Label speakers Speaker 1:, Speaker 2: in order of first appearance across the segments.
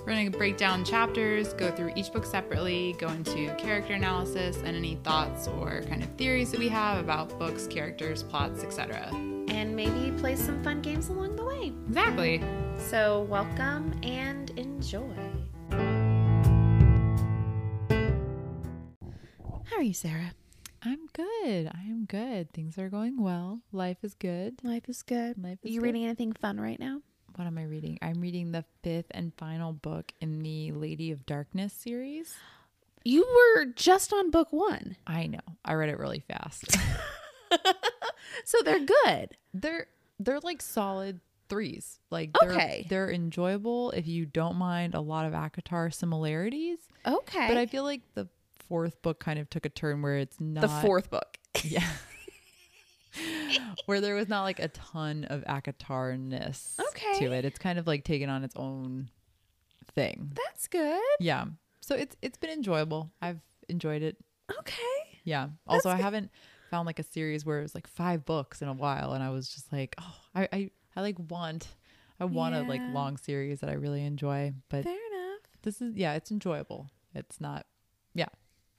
Speaker 1: We're going to break down chapters, go through each book separately, go into character analysis and any thoughts or kind of theories that we have about books, characters, plots, etc.
Speaker 2: And maybe play some fun games along the way.
Speaker 1: Exactly.
Speaker 2: So, welcome and enjoy. How are you, Sarah?
Speaker 1: I'm good. I am good. Things are going well. Life is good.
Speaker 2: Life is good.
Speaker 1: Life
Speaker 2: Are
Speaker 1: is
Speaker 2: you
Speaker 1: good.
Speaker 2: reading anything fun right now?
Speaker 1: What am I reading? I'm reading the fifth and final book in the Lady of Darkness series.
Speaker 2: You were just on book one,
Speaker 1: I know. I read it really fast.
Speaker 2: so they're good.
Speaker 1: they're they're like solid threes. Like
Speaker 2: Okay.
Speaker 1: they're, they're enjoyable if you don't mind a lot of ACOTAR similarities.
Speaker 2: Okay.
Speaker 1: But I feel like the fourth book kind of took a turn where it's not
Speaker 2: the fourth book.
Speaker 1: yeah, where there was not like a ton of ACOTARness to
Speaker 2: Okay.
Speaker 1: it. It's kind of like taken on its own thing.
Speaker 2: That's good.
Speaker 1: yeah, so it's it's been enjoyable. I've enjoyed it.
Speaker 2: Okay.
Speaker 1: Yeah. Also, I haven't found like a series where it was like five books in a while, and I was just like, oh, I I, I like want. I want a like
Speaker 2: Yeah.
Speaker 1: long series that I really enjoy, but
Speaker 2: Fair enough.
Speaker 1: this is yeah, it's enjoyable. It's not, yeah,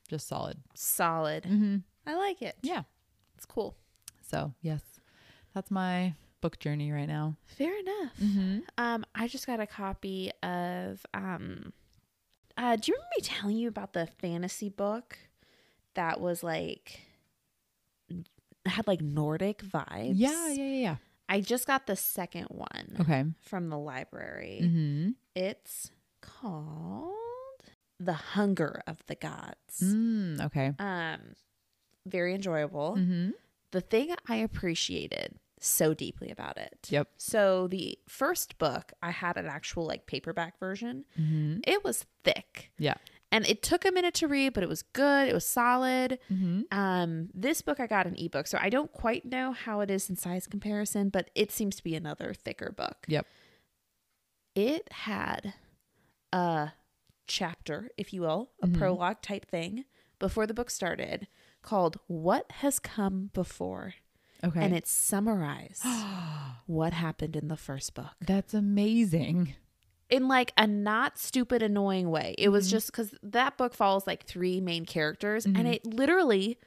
Speaker 1: just solid.
Speaker 2: Solid.
Speaker 1: Mm-hmm.
Speaker 2: I like it.
Speaker 1: Yeah.
Speaker 2: It's cool.
Speaker 1: So yes, that's my book journey right now.
Speaker 2: Fair enough.
Speaker 1: Mm-hmm.
Speaker 2: Um, I just got a copy of um uh do you remember me telling you about the fantasy book that was like had like Nordic vibes?
Speaker 1: Yeah, yeah, yeah,
Speaker 2: I just got the second one
Speaker 1: yeah. Okay.
Speaker 2: from the library.
Speaker 1: Mm-hmm.
Speaker 2: It's called The Hunger of the Gods.
Speaker 1: Mm, okay.
Speaker 2: Um very enjoyable.
Speaker 1: Mm-hmm.
Speaker 2: The thing I appreciated so deeply about it.
Speaker 1: Yep.
Speaker 2: So the first book, I had an actual like paperback version.
Speaker 1: Mm-hmm.
Speaker 2: It was thick.
Speaker 1: Yeah.
Speaker 2: And it took a minute to read, but it was good. It was solid.
Speaker 1: Mm-hmm.
Speaker 2: Um, this book I got an ebook, so I don't quite know how it is in size comparison, but it seems to be another thicker book.
Speaker 1: Yep.
Speaker 2: It had a chapter, if you will, a
Speaker 1: Mhm.
Speaker 2: prologue type thing before the book started called What Has Come Before.
Speaker 1: Okay.
Speaker 2: And it summarized what happened in the first book.
Speaker 1: that's amazing.
Speaker 2: in like a not stupid annoying way. It
Speaker 1: Mm-hmm.
Speaker 2: was just cuz that book follows like three main characters and it literally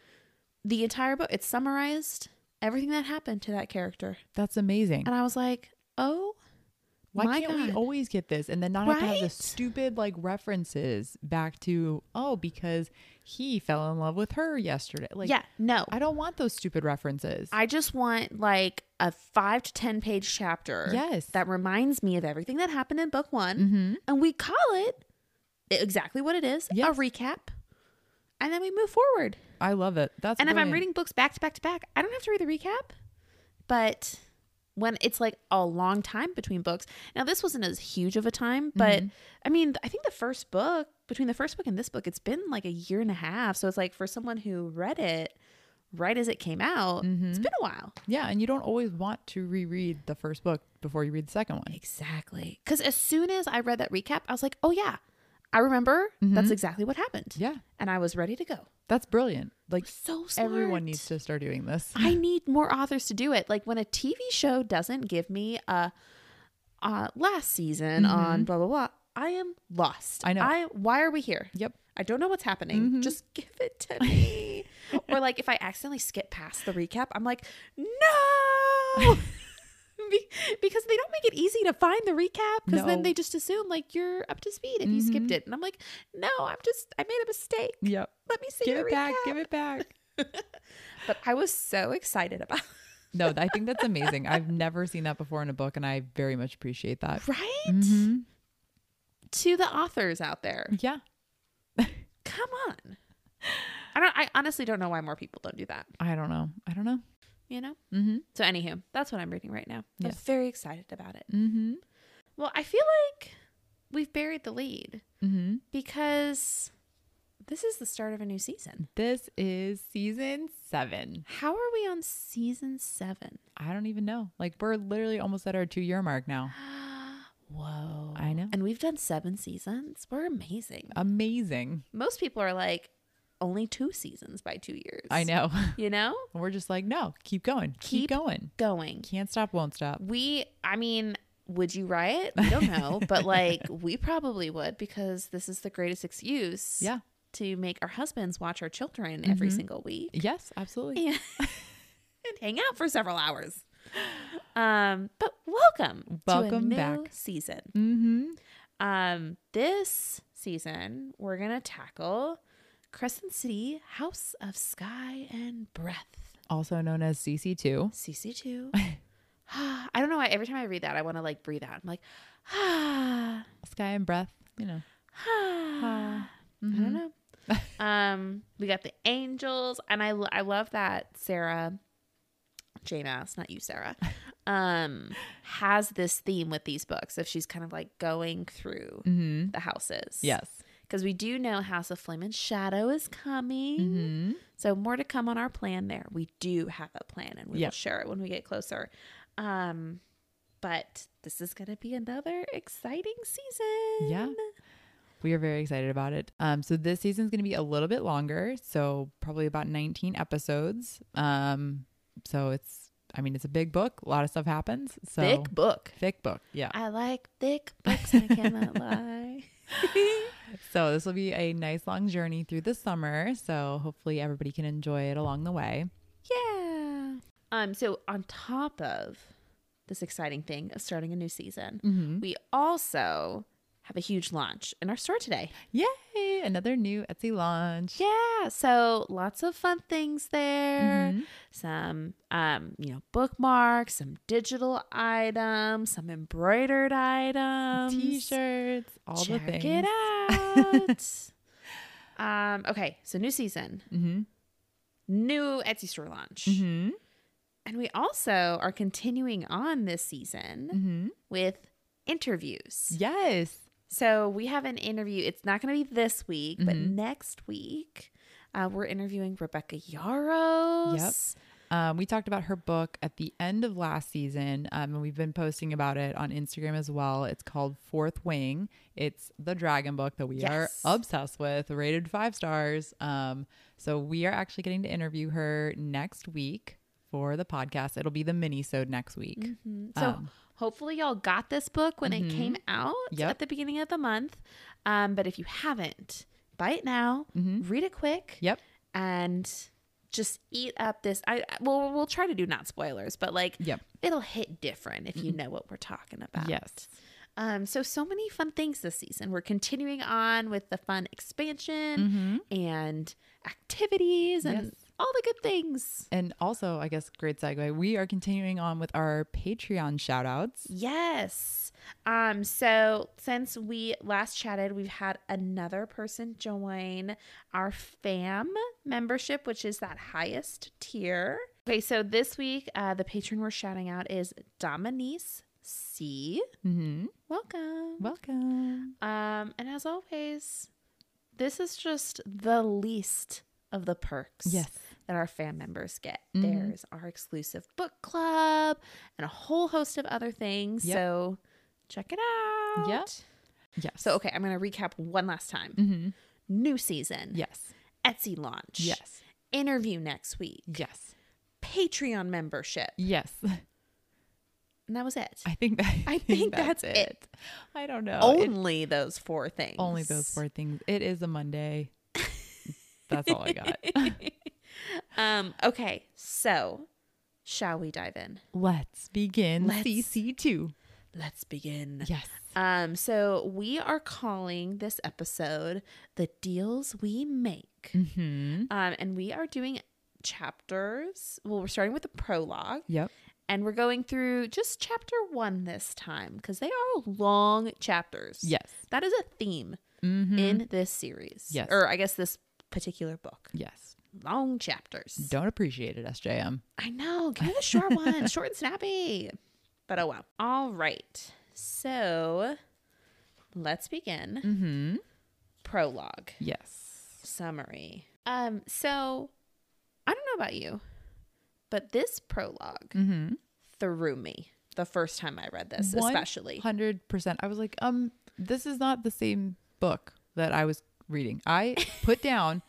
Speaker 2: the entire book it summarized everything that happened to that character.
Speaker 1: That's amazing.
Speaker 2: And I was like, "Oh,
Speaker 1: Why
Speaker 2: My
Speaker 1: can't we
Speaker 2: God.
Speaker 1: always get this and then not have to have the
Speaker 2: Right?
Speaker 1: stupid like references back to oh because he fell in love with her yesterday. Like
Speaker 2: yeah, no.
Speaker 1: I don't want those stupid references.
Speaker 2: I just want like a 5 to 10 page chapter
Speaker 1: yes.
Speaker 2: that reminds me of everything that happened in book 1
Speaker 1: mm-hmm.
Speaker 2: and we call it exactly what it is,
Speaker 1: Yes.
Speaker 2: a recap. And then we move forward.
Speaker 1: I love it. That's
Speaker 2: and if I'm
Speaker 1: brilliant.
Speaker 2: reading books back to back to back, I don't have to read the recap. But when it's like a long time between books, now this wasn't as huge of a time, but I mean, I think the first book between the first book and this book, it's been like a year and a half. So it's like for someone who read it right as it came out, it's been a while.
Speaker 1: Yeah, and you don't always want to reread the first book before you read the second one.
Speaker 2: Exactly. Because as soon as I read that recap, I was like, oh yeah, I remember. That's exactly what happened.
Speaker 1: Yeah.
Speaker 2: And I was ready to go.
Speaker 1: That's brilliant. Like
Speaker 2: So smart.
Speaker 1: everyone needs to start doing this.
Speaker 2: I need more authors to do it. Like when a TV show doesn't give me a uh, last season on blah blah blah, I am lost.
Speaker 1: Mm-hmm. I know.
Speaker 2: I why are we here?
Speaker 1: Yep. Mm-hmm.
Speaker 2: I don't know what's happening. Just give it to me. or like if I accidentally skip past the recap, I'm like, no. Be- because they don't make it easy to find the recap because then
Speaker 1: No. Mm-hmm.
Speaker 2: they just assume like you're up to speed if you skipped it and i'm like no i'm just i made a mistake
Speaker 1: Yep.
Speaker 2: let me see
Speaker 1: Mm-hmm.
Speaker 2: your
Speaker 1: Give it back.
Speaker 2: recap."
Speaker 1: Give it back.
Speaker 2: but i was so excited about
Speaker 1: No, I think that's amazing. I've never seen that before in a book and I very much appreciate that.
Speaker 2: right Mm-hmm.
Speaker 1: Mhm.
Speaker 2: to the authors out there.
Speaker 1: Yeah.
Speaker 2: Come on. I don't I honestly don't know why more people don't do that,
Speaker 1: I don't know. I don't know.
Speaker 2: you know?
Speaker 1: Mm-hmm.
Speaker 2: So anywho, that's what I'm reading right now. I'm
Speaker 1: Yes.
Speaker 2: very excited about it.
Speaker 1: Mm-hmm.
Speaker 2: Well, I feel like we've buried the lead
Speaker 1: Mm-hmm.
Speaker 2: because This is the start of a new season.
Speaker 1: This is season seven.
Speaker 2: How are we on season seven?
Speaker 1: I don't even know. Like, we're literally almost at our two year mark now.
Speaker 2: Whoa.
Speaker 1: I know.
Speaker 2: And we've done seven seasons. We're amazing.
Speaker 1: Amazing.
Speaker 2: Most people are like, only two seasons by two years.
Speaker 1: I know.
Speaker 2: You know?
Speaker 1: And we're just like, no, keep going.
Speaker 2: Keep
Speaker 1: Keep, going.
Speaker 2: Going.
Speaker 1: Can't stop, won't stop.
Speaker 2: We, I mean, would you riot? We don't know, but like we probably would because this is the greatest excuse
Speaker 1: Yeah. Mm-hmm.
Speaker 2: to make our husbands watch our children every single week
Speaker 1: Yes, absolutely.
Speaker 2: and, and hang out for several hours. Um, but welcome, to a
Speaker 1: Welcome
Speaker 2: new
Speaker 1: back.
Speaker 2: season.
Speaker 1: Mm-hmm.
Speaker 2: Um, this season we're gonna tackle Crescent City, House of Sky and Breath.
Speaker 1: Also known as CC2.
Speaker 2: CC2. I don't know why every time I read that I want to like breathe out. I'm like, ah,
Speaker 1: Sky and breath, you know.
Speaker 2: ah. I
Speaker 1: Mm-hmm.
Speaker 2: don't know. um, we got the angels, and I lo- I love that Sarah, Jane asked, not you, Sarah, um, has this theme with these books of she's kind of like going through
Speaker 1: Mm-hmm.
Speaker 2: the houses.
Speaker 1: Yes.
Speaker 2: because we do know House of Flame and Shadow is coming.
Speaker 1: Mm-hmm.
Speaker 2: So more to come on our plan there. We do have a plan and we will
Speaker 1: Yep.
Speaker 2: share it when we get closer. Um but this is going to be another exciting season.
Speaker 1: Yeah. We are very excited about it. Um, so this season's going to be a little bit longer, so probably about 19 episodes. Um, so it's, I mean, it's a big book. A lot of stuff happens. So
Speaker 2: Thick book.
Speaker 1: thick book, yeah.
Speaker 2: I like thick books, I cannot lie.
Speaker 1: So this will be a nice long journey through the summer. So hopefully everybody can enjoy it along the way.
Speaker 2: Yeah. Um so on top of this exciting thing of starting a new season,
Speaker 1: Mm-hmm.
Speaker 2: we also have a huge launch in our store today.
Speaker 1: Yay! Another new Etsy launch.
Speaker 2: Yeah, so lots of fun things there.
Speaker 1: Mm-hmm.
Speaker 2: Some um, you know, bookmarks, some digital items, some embroidered items.
Speaker 1: T-shirts, Um, all
Speaker 2: Check
Speaker 1: the things.
Speaker 2: it out. um, okay, so new season,
Speaker 1: Mm-hmm.
Speaker 2: new Etsy store launch.
Speaker 1: Mm-hmm.
Speaker 2: And we also are continuing on this season
Speaker 1: Mm-hmm.
Speaker 2: with interviews.
Speaker 1: Yes.
Speaker 2: So we have an interview. It's not going to be this week, but
Speaker 1: Mm-hmm.
Speaker 2: next week uh, we're interviewing Rebecca Yaros.
Speaker 1: Um, we talked about her book at the end of last season, um, and we've been posting about it on Instagram as well. It's called Fourth Wing. It's the dragon book that we
Speaker 2: Yes.
Speaker 1: are obsessed with, rated five stars. Um, so we are actually getting to interview her next week for the podcast. It'll be the mini-sode next week.
Speaker 2: Mhm. So
Speaker 1: Um, Mm-hmm.
Speaker 2: hopefully y'all got this book when it came out
Speaker 1: Yep.
Speaker 2: at the beginning of the month. Um, but if you haven't, buy it now,
Speaker 1: Mm-hmm.
Speaker 2: read it quick,
Speaker 1: Yep.
Speaker 2: and just eat up this. I I- well, we'll try to do not spoilers, but like
Speaker 1: Yep.
Speaker 2: it'll hit different if you know what we're talking about.
Speaker 1: Yes.
Speaker 2: Um, so so many fun things this season. We're continuing on with the fun
Speaker 1: Mm-hmm.
Speaker 2: expansion and activities and
Speaker 1: Yes.
Speaker 2: all the good things.
Speaker 1: And also, I guess, great segue. We are continuing on with our Patreon shout outs.
Speaker 2: Yes. Um, so since we last chatted, we've had another person join our FAM membership, which is that highest tier. Okay, so this week, uh, the patron we're shouting out is Dominice C.
Speaker 1: Mm-hmm.
Speaker 2: Welcome.
Speaker 1: Welcome.
Speaker 2: Um, and as always, this is just the least of the perks
Speaker 1: Yes.
Speaker 2: that our fan members get.
Speaker 1: Mhm.
Speaker 2: There's our exclusive book club and a whole host of other things.
Speaker 1: Yep.
Speaker 2: So check it out.
Speaker 1: Yep. Yes.
Speaker 2: So okay, I'm gonna recap one last time.
Speaker 1: Mhm.
Speaker 2: New season,
Speaker 1: Yes.
Speaker 2: Etsy launch,
Speaker 1: Yes.
Speaker 2: interview next week,
Speaker 1: Yes.
Speaker 2: Patreon membership,
Speaker 1: Yes.
Speaker 2: and that was it.
Speaker 1: I think that
Speaker 2: I think that's it.
Speaker 1: I don't know. It-
Speaker 2: only those four things.
Speaker 1: only those four things. It is a Monday. that's all I got.
Speaker 2: Um. Okay. So, shall we dive in?
Speaker 1: Let's begin
Speaker 2: Let's-
Speaker 1: CC2.
Speaker 2: Let's begin.
Speaker 1: Yes.
Speaker 2: Um, so we are calling this episode the deals we make.
Speaker 1: Mhm.
Speaker 2: Um, and we are doing chapters. Well, we're starting with the prologue
Speaker 1: Yep.
Speaker 2: and we're going through just chapter one this time because they are long chapters.
Speaker 1: Yes.
Speaker 2: That is a theme
Speaker 1: Mhm.
Speaker 2: in this series.
Speaker 1: Yes.
Speaker 2: Or I guess this particular book.
Speaker 1: Yes.
Speaker 2: Long chapters.
Speaker 1: Don't appreciate it, SJM.
Speaker 2: I know. Give me the short one, short and snappy. But oh well. All right. So let's begin.
Speaker 1: Mhm.
Speaker 2: Prologue.
Speaker 1: Yes.
Speaker 2: summary. Um, so I don't know about you, but this prolog
Speaker 1: Mm-hmm.
Speaker 2: threw me the first time I read this,
Speaker 1: One
Speaker 2: especially.
Speaker 1: Hundred percent. I was like, um, this is not the same book that I was reading. I put down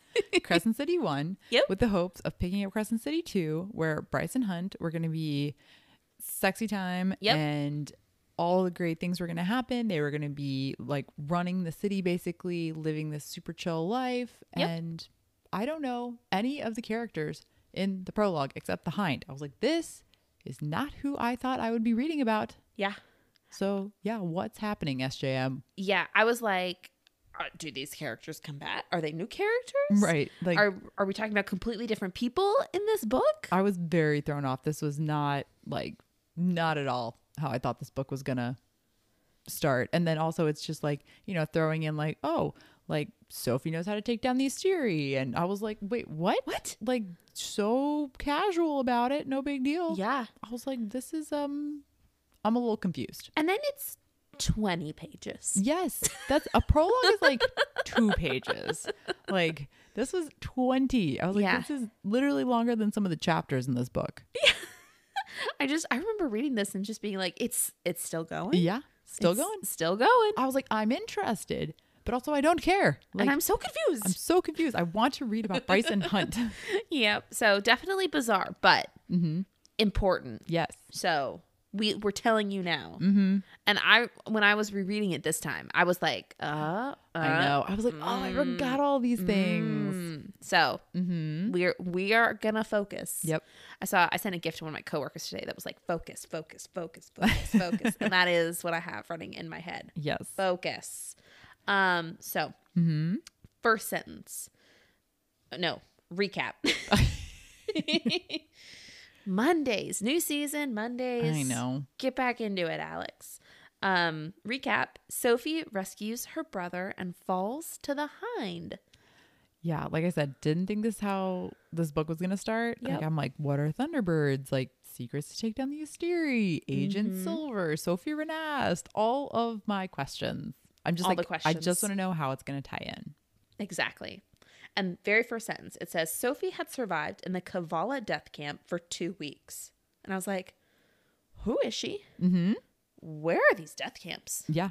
Speaker 1: Crescent City One
Speaker 2: Yep.
Speaker 1: with the hopes of picking up Crescent City Two, where Bryce and Hunt were going to be sexy time
Speaker 2: Yep.
Speaker 1: and all the great things were going to happen. They were going to be like running the city, basically living this super chill life.
Speaker 2: Yep.
Speaker 1: And I don't know any of the characters in the prologue except the Hind. I was like, this is not who I thought I would be reading about.
Speaker 2: Yeah.
Speaker 1: So yeah, what's happening, SJM?
Speaker 2: Yeah. I was like, uh, do these characters combat? Are they new characters?
Speaker 1: Right. Like
Speaker 2: are are we talking about completely different people in this book?
Speaker 1: I was very thrown off. This was not like not at all how I thought this book was gonna start. And then also it's just like, you know, throwing in like, oh, like Sophie knows how to take down the Asteri. And I was like, wait, what?
Speaker 2: What?
Speaker 1: Like so casual about it, no big deal.
Speaker 2: Yeah.
Speaker 1: I was like, this is um I'm a little confused.
Speaker 2: And then it's 20 pages.
Speaker 1: Yes. That's a prologue is like two pages. Like this was 20. I was like,
Speaker 2: Yeah.
Speaker 1: this is literally longer than some of the chapters in this book.
Speaker 2: I just I remember reading this and just being like it's it's still going.
Speaker 1: Yeah. Still
Speaker 2: It's
Speaker 1: going.
Speaker 2: Still going.
Speaker 1: I was like, I'm interested, but also I don't care. Like
Speaker 2: and
Speaker 1: I'm,
Speaker 2: I'm so confused.
Speaker 1: so confused. I want to read about Bryson Hunt.
Speaker 2: yep. So definitely bizarre, but
Speaker 1: hmm
Speaker 2: important.
Speaker 1: Yes.
Speaker 2: So we we're telling you now.
Speaker 1: hmm
Speaker 2: And I when I was rereading it this time, I was like, uh, uh
Speaker 1: I know. I was like, oh, I forgot all these things.
Speaker 2: mm. So
Speaker 1: hmm
Speaker 2: we're we are gonna focus.
Speaker 1: Yep.
Speaker 2: I saw I sent a gift to one of my coworkers today that was like focus, focus, focus, focus, focus. and that is what I have running in my head.
Speaker 1: Yes.
Speaker 2: Focus. Um, so
Speaker 1: hmm
Speaker 2: first sentence. No, recap. Mondays, new season, Mondays.
Speaker 1: I know.
Speaker 2: Get back into it, Alex. Um, recap. Sophie rescues her brother and falls to the hind.
Speaker 1: Yeah, like I said, didn't think this how this book was gonna start.
Speaker 2: Yep.
Speaker 1: Like I'm like, what are Thunderbirds? Like secrets to take down the Asteri, Agent
Speaker 2: Mhm.
Speaker 1: Silver, Sophie Renast, all of my questions. I'm just
Speaker 2: All
Speaker 1: like,
Speaker 2: the
Speaker 1: I
Speaker 2: questions.
Speaker 1: just want to know how it's gonna tie in.
Speaker 2: Exactly. And very first sentence, it says Sophie had survived in the Kavala death camp for two weeks. And I was like, who is she?
Speaker 1: Mm-hmm.
Speaker 2: Where are these death camps?
Speaker 1: Yeah.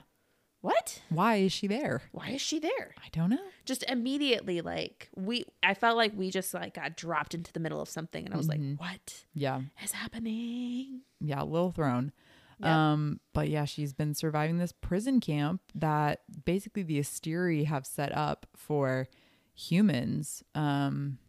Speaker 2: What?
Speaker 1: Why is she there?
Speaker 2: Why is she there?
Speaker 1: I don't know.
Speaker 2: Just immediately, like we, I felt like we just like got dropped into the middle of something, and I was like, "What
Speaker 1: Yeah.
Speaker 2: is happening?"
Speaker 1: yeah, Lil Throne.
Speaker 2: Yep.
Speaker 1: Um, but yeah, she's been surviving this prison camp that basically the Asteri have set up for humans um,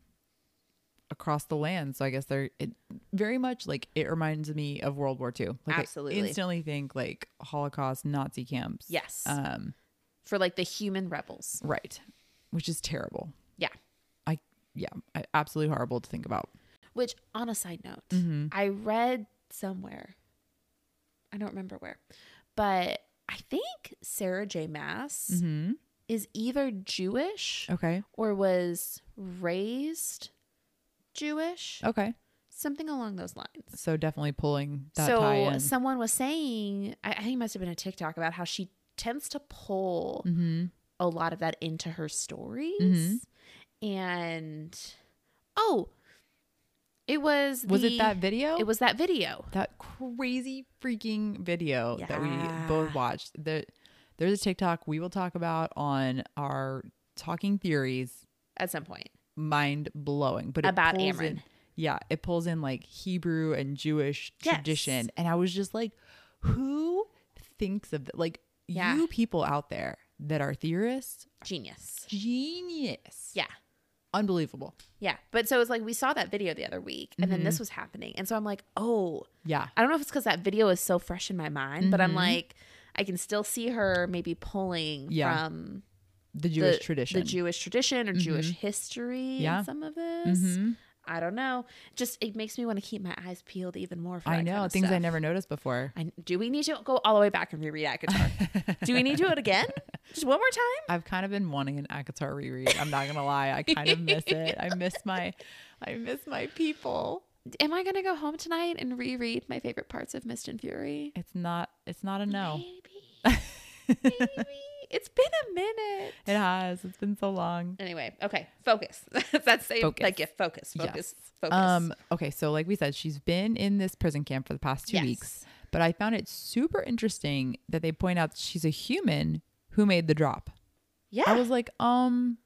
Speaker 1: across the land. So I guess they're it, very much like it reminds me of World War II. Like
Speaker 2: Absolutely.
Speaker 1: I instantly think like Holocaust Nazi camps.
Speaker 2: Yes,
Speaker 1: Um,
Speaker 2: Uh, for like the human rebels.
Speaker 1: right. Which is terrible.
Speaker 2: Yeah.
Speaker 1: I yeah, I, absolutely horrible to think about.
Speaker 2: Which, on a side note, I read somewhere, I don't remember where, but I think Sarah J. Mass
Speaker 1: Mm-hmm. Oh.
Speaker 2: is either Jewish
Speaker 1: Okay.
Speaker 2: or was raised Jewish,
Speaker 1: Okay.
Speaker 2: something along those lines.
Speaker 1: So definitely pulling that tie
Speaker 2: so
Speaker 1: in.
Speaker 2: someone was saying, I, I think it must have been a TikTok about how she tends to pull
Speaker 1: mm-hmm.
Speaker 2: a lot of that into her stories.
Speaker 1: Mhm.
Speaker 2: And oh, it was
Speaker 1: Was
Speaker 2: the-
Speaker 1: it that video?
Speaker 2: It was that video.
Speaker 1: that crazy freaking video that
Speaker 2: Yeah.
Speaker 1: we both watched. The, there's a TikTok we will talk about on our talking theories.
Speaker 2: at some point.
Speaker 1: Mind blowing, but it
Speaker 2: About
Speaker 1: pulls
Speaker 2: Amron.
Speaker 1: in- yeah, it pulls in like Hebrew and Jewish
Speaker 2: Yes.
Speaker 1: tradition, and I was just like, who thinks of that? Like
Speaker 2: Yeah.
Speaker 1: you people out there that are theorists,
Speaker 2: Genius.
Speaker 1: genius,
Speaker 2: Yeah.
Speaker 1: unbelievable,
Speaker 2: Yeah. But so it's like we saw that video the other week and then this
Speaker 1: Mm-hmm.
Speaker 2: was happening. And so I'm like, oh,
Speaker 1: yeah,
Speaker 2: I don't know if it's because that video is so fresh in my mind, but
Speaker 1: Mm-hmm.
Speaker 2: I'm like, I can still see her maybe pulling
Speaker 1: Yeah.
Speaker 2: from
Speaker 1: the
Speaker 2: the-
Speaker 1: Jewish tradition, Mm-hmm.
Speaker 2: the Jewish tradition or Jewish history
Speaker 1: Yeah.
Speaker 2: in some of this.
Speaker 1: Mhm.
Speaker 2: I don't know. Just it makes me want to keep my eyes peeled even more. For
Speaker 1: I
Speaker 2: that
Speaker 1: know
Speaker 2: kind of
Speaker 1: things I
Speaker 2: stuff.
Speaker 1: never noticed before.
Speaker 2: I, do we need to go all the way back and reread Akatar? do we need to do it again? Just one more time?
Speaker 1: I've kind of been wanting an Akatar reread. I'm not gonna lie. I kind of miss it. I miss my I miss my people.
Speaker 2: Am I gonna go home tonight and reread my favorite parts of Mist and Fury?
Speaker 1: It's not it's not a no.
Speaker 2: Maybe. Maybe. It's been a minute.
Speaker 1: It has. It's been so long.
Speaker 2: Anyway, okay, focus. That's the,
Speaker 1: Focus.
Speaker 2: that gift. Focus, focus,
Speaker 1: Yes.
Speaker 2: focus.
Speaker 1: Um, okay, so like we said, she's been in this prison camp for the past two
Speaker 2: Yes.
Speaker 1: weeks, but I found it super interesting that they point out that she's a human who made the drop.
Speaker 2: yeah.
Speaker 1: I was like, um,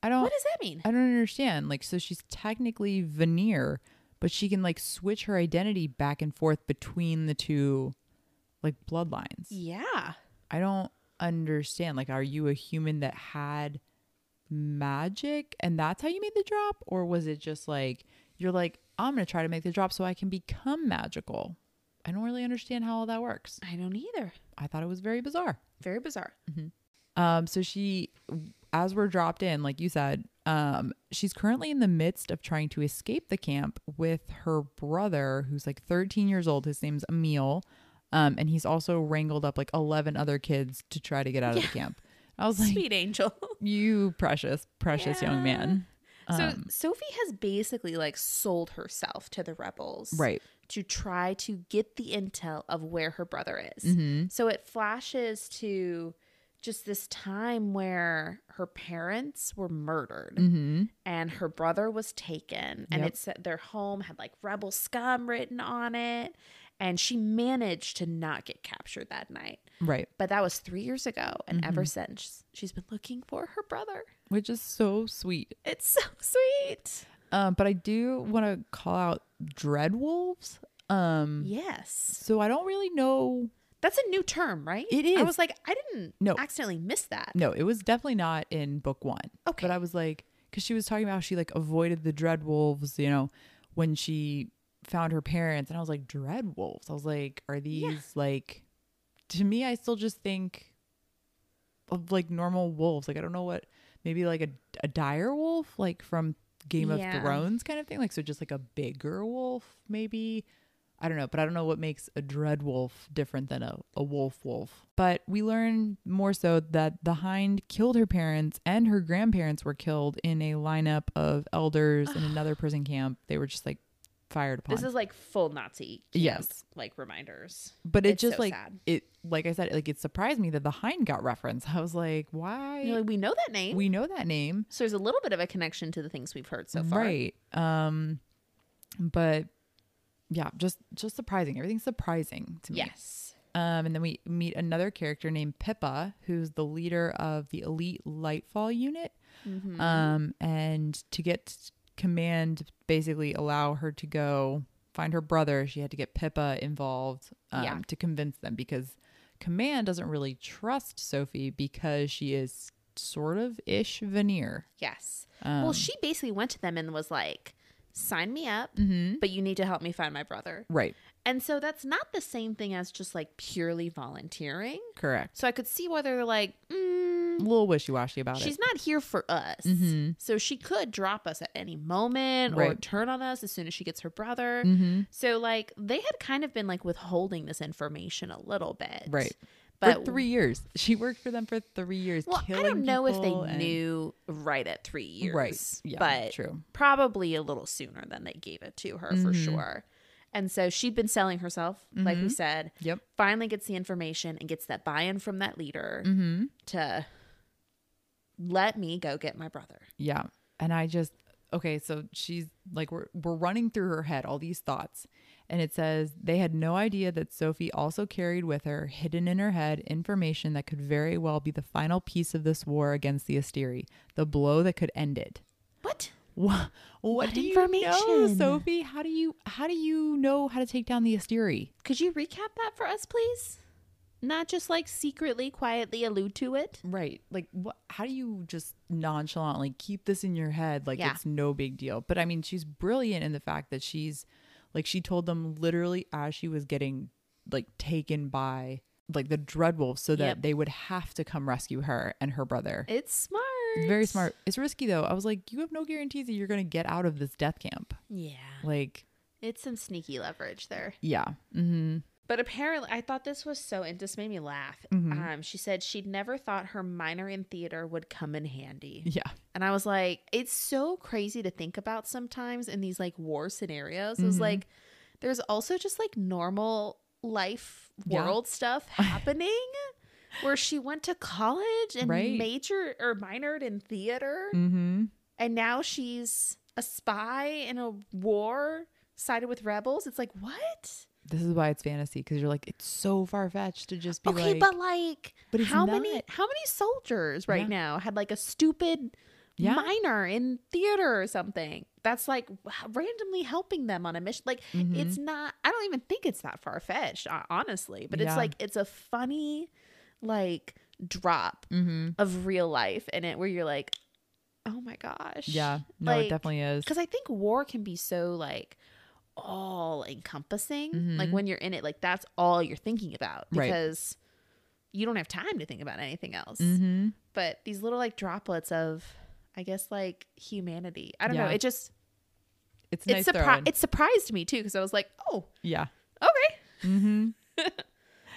Speaker 1: I don't,
Speaker 2: what does that mean?
Speaker 1: I don't understand. Like, so she's technically veneer, but she can like switch her identity back and forth between the two, like bloodlines.
Speaker 2: yeah.
Speaker 1: I don't understand. Like, are you a human that had magic and that's how you made the drop? Or was it just like, you're like, I'm going to try to make the drop so I can become magical? I don't really understand how all that works.
Speaker 2: I don't either.
Speaker 1: I thought it was very bizarre.
Speaker 2: Very bizarre.
Speaker 1: Um, so she, as we're dropped in, like you said, um, she's currently in the midst of trying to escape the camp with her brother, who's like 13 years old. His name's Emil, um, and he's also wrangled up like 11 other kids to try to get out of the camp. I was like,
Speaker 2: Sweet angel.
Speaker 1: you precious, precious young
Speaker 2: Yeah.
Speaker 1: man.
Speaker 2: so
Speaker 1: um,
Speaker 2: Sophie has basically like sold herself to the rebels.
Speaker 1: Right.
Speaker 2: to try to get the intel of where her brother is.
Speaker 1: Mm-hmm.
Speaker 2: So it flashes to just this time where her parents were murdered
Speaker 1: Mm-hmm.
Speaker 2: and her brother was taken and
Speaker 1: Yep.
Speaker 2: it said their home had like rebel scum written on it and she managed to not get captured that night.
Speaker 1: Right.
Speaker 2: But that was 3 years ago and ever
Speaker 1: Mm-hmm.
Speaker 2: since she's been looking for her brother.
Speaker 1: Which is so sweet.
Speaker 2: It's so sweet.
Speaker 1: Um, but I do want to call out Dreadwolves. Um,
Speaker 2: Yes.
Speaker 1: so I don't really know
Speaker 2: That's a new term, right?
Speaker 1: It
Speaker 2: I
Speaker 1: is.
Speaker 2: was like I didn't
Speaker 1: No.
Speaker 2: accidentally miss that.
Speaker 1: No, it was definitely not in book one.
Speaker 2: Okay.
Speaker 1: But I was like, because she was talking about how she like avoided the dread wolves, you know, when she found her parents. And I was like, dread wolves? I was like, are these like, to me, I still just think of like normal wolves. Like, I don't know what, maybe like a, a dire wolf, like from Game
Speaker 2: Yeah.
Speaker 1: of Thrones kind of thing. Like, so just like a bigger wolf, maybe. I don't know, but I don't know what makes a dread wolf different than a, a wolf wolf. But we learn more so that the hind killed her parents and her grandparents were killed in a lineup of elders in another prison camp. They were just like fired upon.
Speaker 2: This is like full Nazi. Camp,
Speaker 1: Yes.
Speaker 2: Like reminders.
Speaker 1: but it
Speaker 2: it's
Speaker 1: just
Speaker 2: so
Speaker 1: like
Speaker 2: sad.
Speaker 1: it like I said, like it surprised me that the hind got referenced. I was like, why
Speaker 2: You know, we know that name.
Speaker 1: we know that name.
Speaker 2: so there's a little bit of a connection to the things we've heard so far.
Speaker 1: Right. Um but yeah, just just surprising. Everything's surprising to me.
Speaker 2: Yes.
Speaker 1: Um, and then we meet another character named Pippa, who's the leader of the elite Lightfall unit.
Speaker 2: Mm-hmm.
Speaker 1: Um, and to get command, basically allow her to go find her brother, she had to get Pippa involved um,
Speaker 2: Yeah.
Speaker 1: to convince them because command doesn't really trust Sophie because she is sort of ish veneer.
Speaker 2: Yes.
Speaker 1: Um,
Speaker 2: well, she basically went to them and was like, sign me up,
Speaker 1: Mm-hmm.
Speaker 2: but you need to help me find my brother.
Speaker 1: right,
Speaker 2: And so that's not the same thing as just like purely volunteering.
Speaker 1: correct.
Speaker 2: So I could see why they're like, mm,
Speaker 1: A little wishy washy about
Speaker 2: she's
Speaker 1: it. Mm-hmm.
Speaker 2: not here for us. So she could drop us at any moment or
Speaker 1: Right.
Speaker 2: turn on us as soon as she gets her brother.
Speaker 1: Mm-hmm.
Speaker 2: So like they had kind of been like withholding this information a little bit.
Speaker 1: Right.
Speaker 2: But
Speaker 1: for three years, she worked for them for three years.
Speaker 2: well, I
Speaker 1: killing
Speaker 2: don't know if they
Speaker 1: people and-
Speaker 2: knew right at three years.
Speaker 1: Right. Yeah.
Speaker 2: But
Speaker 1: true. Mm-hmm.
Speaker 2: probably a little sooner than they gave it to her for sure. And so she'd been selling herself, like we said,
Speaker 1: Yep.
Speaker 2: finally gets the information and gets that buy in from that leader
Speaker 1: Mm-hmm.
Speaker 2: to let me go get my brother.
Speaker 1: Yeah. And I just okay, so she's like we're we're running through her head all these thoughts. And it says they had no idea that Sophie also carried with her, hidden in her head, information that could very well be the final piece of this war against the Asteri, the blow that could end it.
Speaker 2: What?
Speaker 1: What, what,
Speaker 2: What
Speaker 1: do you know,
Speaker 2: information?
Speaker 1: Sophie? How do you how do you know how to take down the Asteri?
Speaker 2: Could you recap that for us, please? Not just like secretly, quietly allude to it.
Speaker 1: Right. Like what how do you just nonchalantly keep this in your head like
Speaker 2: Yeah.
Speaker 1: it's no big deal. But I mean, she's brilliant in the fact that she's like she told them literally as she was getting like taken by like the dreadwolf so that
Speaker 2: Yep.
Speaker 1: they would have to come rescue her and her brother.
Speaker 2: It's smart.
Speaker 1: Very smart. It's risky though. I was like, you have no guarantees that you're going to get out of this death camp.
Speaker 2: Yeah.
Speaker 1: Like,
Speaker 2: It's some sneaky leverage there.
Speaker 1: yeah. Mhm.
Speaker 2: But apparently, I thought this was so, it just made me laugh.
Speaker 1: Mm-hmm.
Speaker 2: Um, she said she'd never thought her minor in theater would come in handy.
Speaker 1: Yeah.
Speaker 2: And I was like, it's so crazy to think about sometimes in these like war scenarios. It
Speaker 1: Mm-hmm.
Speaker 2: was like, there's also just like normal life
Speaker 1: Yeah.
Speaker 2: world stuff happening where she went to college and
Speaker 1: Right.
Speaker 2: major or minored in theater
Speaker 1: Mm-hmm.
Speaker 2: and now she's a spy in a war sided with rebels it's like what
Speaker 1: This is why it's fantasy because you're like it's so far fetched to just be
Speaker 2: okay
Speaker 1: like
Speaker 2: but like
Speaker 1: But it's
Speaker 2: how many
Speaker 1: not.
Speaker 2: how many soldiers right
Speaker 1: Yeah.
Speaker 2: now had like a stupid
Speaker 1: Yeah.
Speaker 2: minor in theater or something that's like w- randomly helping them on a mission like it's
Speaker 1: Mm-hmm.
Speaker 2: not i don't even think it's that far-fetched ho- honestly but it's
Speaker 1: Yeah.
Speaker 2: like it's a funny like drop
Speaker 1: Mm-hmm.
Speaker 2: of real life in it where you're like oh my gosh
Speaker 1: Yeah. No, it definitely is.
Speaker 2: because i think war can be so like all encompassing like
Speaker 1: Mhm.
Speaker 2: when you're in it like that's all you're thinking about
Speaker 1: Right.
Speaker 2: because you don't have time to think about anything else
Speaker 1: Mm-hmm.
Speaker 2: but these little like droplets of i guess like humanity i don't know
Speaker 1: Yeah.
Speaker 2: it just
Speaker 1: It's a
Speaker 2: it,
Speaker 1: nice.
Speaker 2: surpri-
Speaker 1: throw-in.
Speaker 2: it surprised me too because i was like oh
Speaker 1: yeah.
Speaker 2: okay
Speaker 1: Mm-hmm.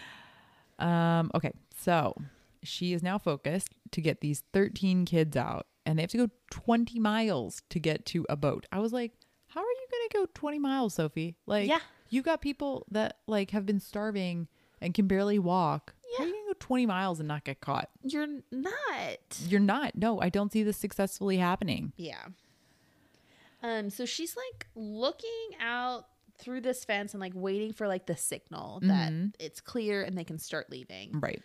Speaker 1: um, okay, so she is now focused to get these 13 kids out, and they have to go 20 miles to get to a boat. I was like, how are you going to go 20 miles, Sophie? Like,
Speaker 2: Yeah.
Speaker 1: you got people that like have been starving and can barely walk. How are you going to go 20 miles and not get caught?
Speaker 2: you're not
Speaker 1: You're not. No, I don't see this successfully happening.
Speaker 2: yeah um so she's like looking out through this fence and like waiting for like the signal that
Speaker 1: Mhm.
Speaker 2: it's clear and they can start leaving
Speaker 1: Right.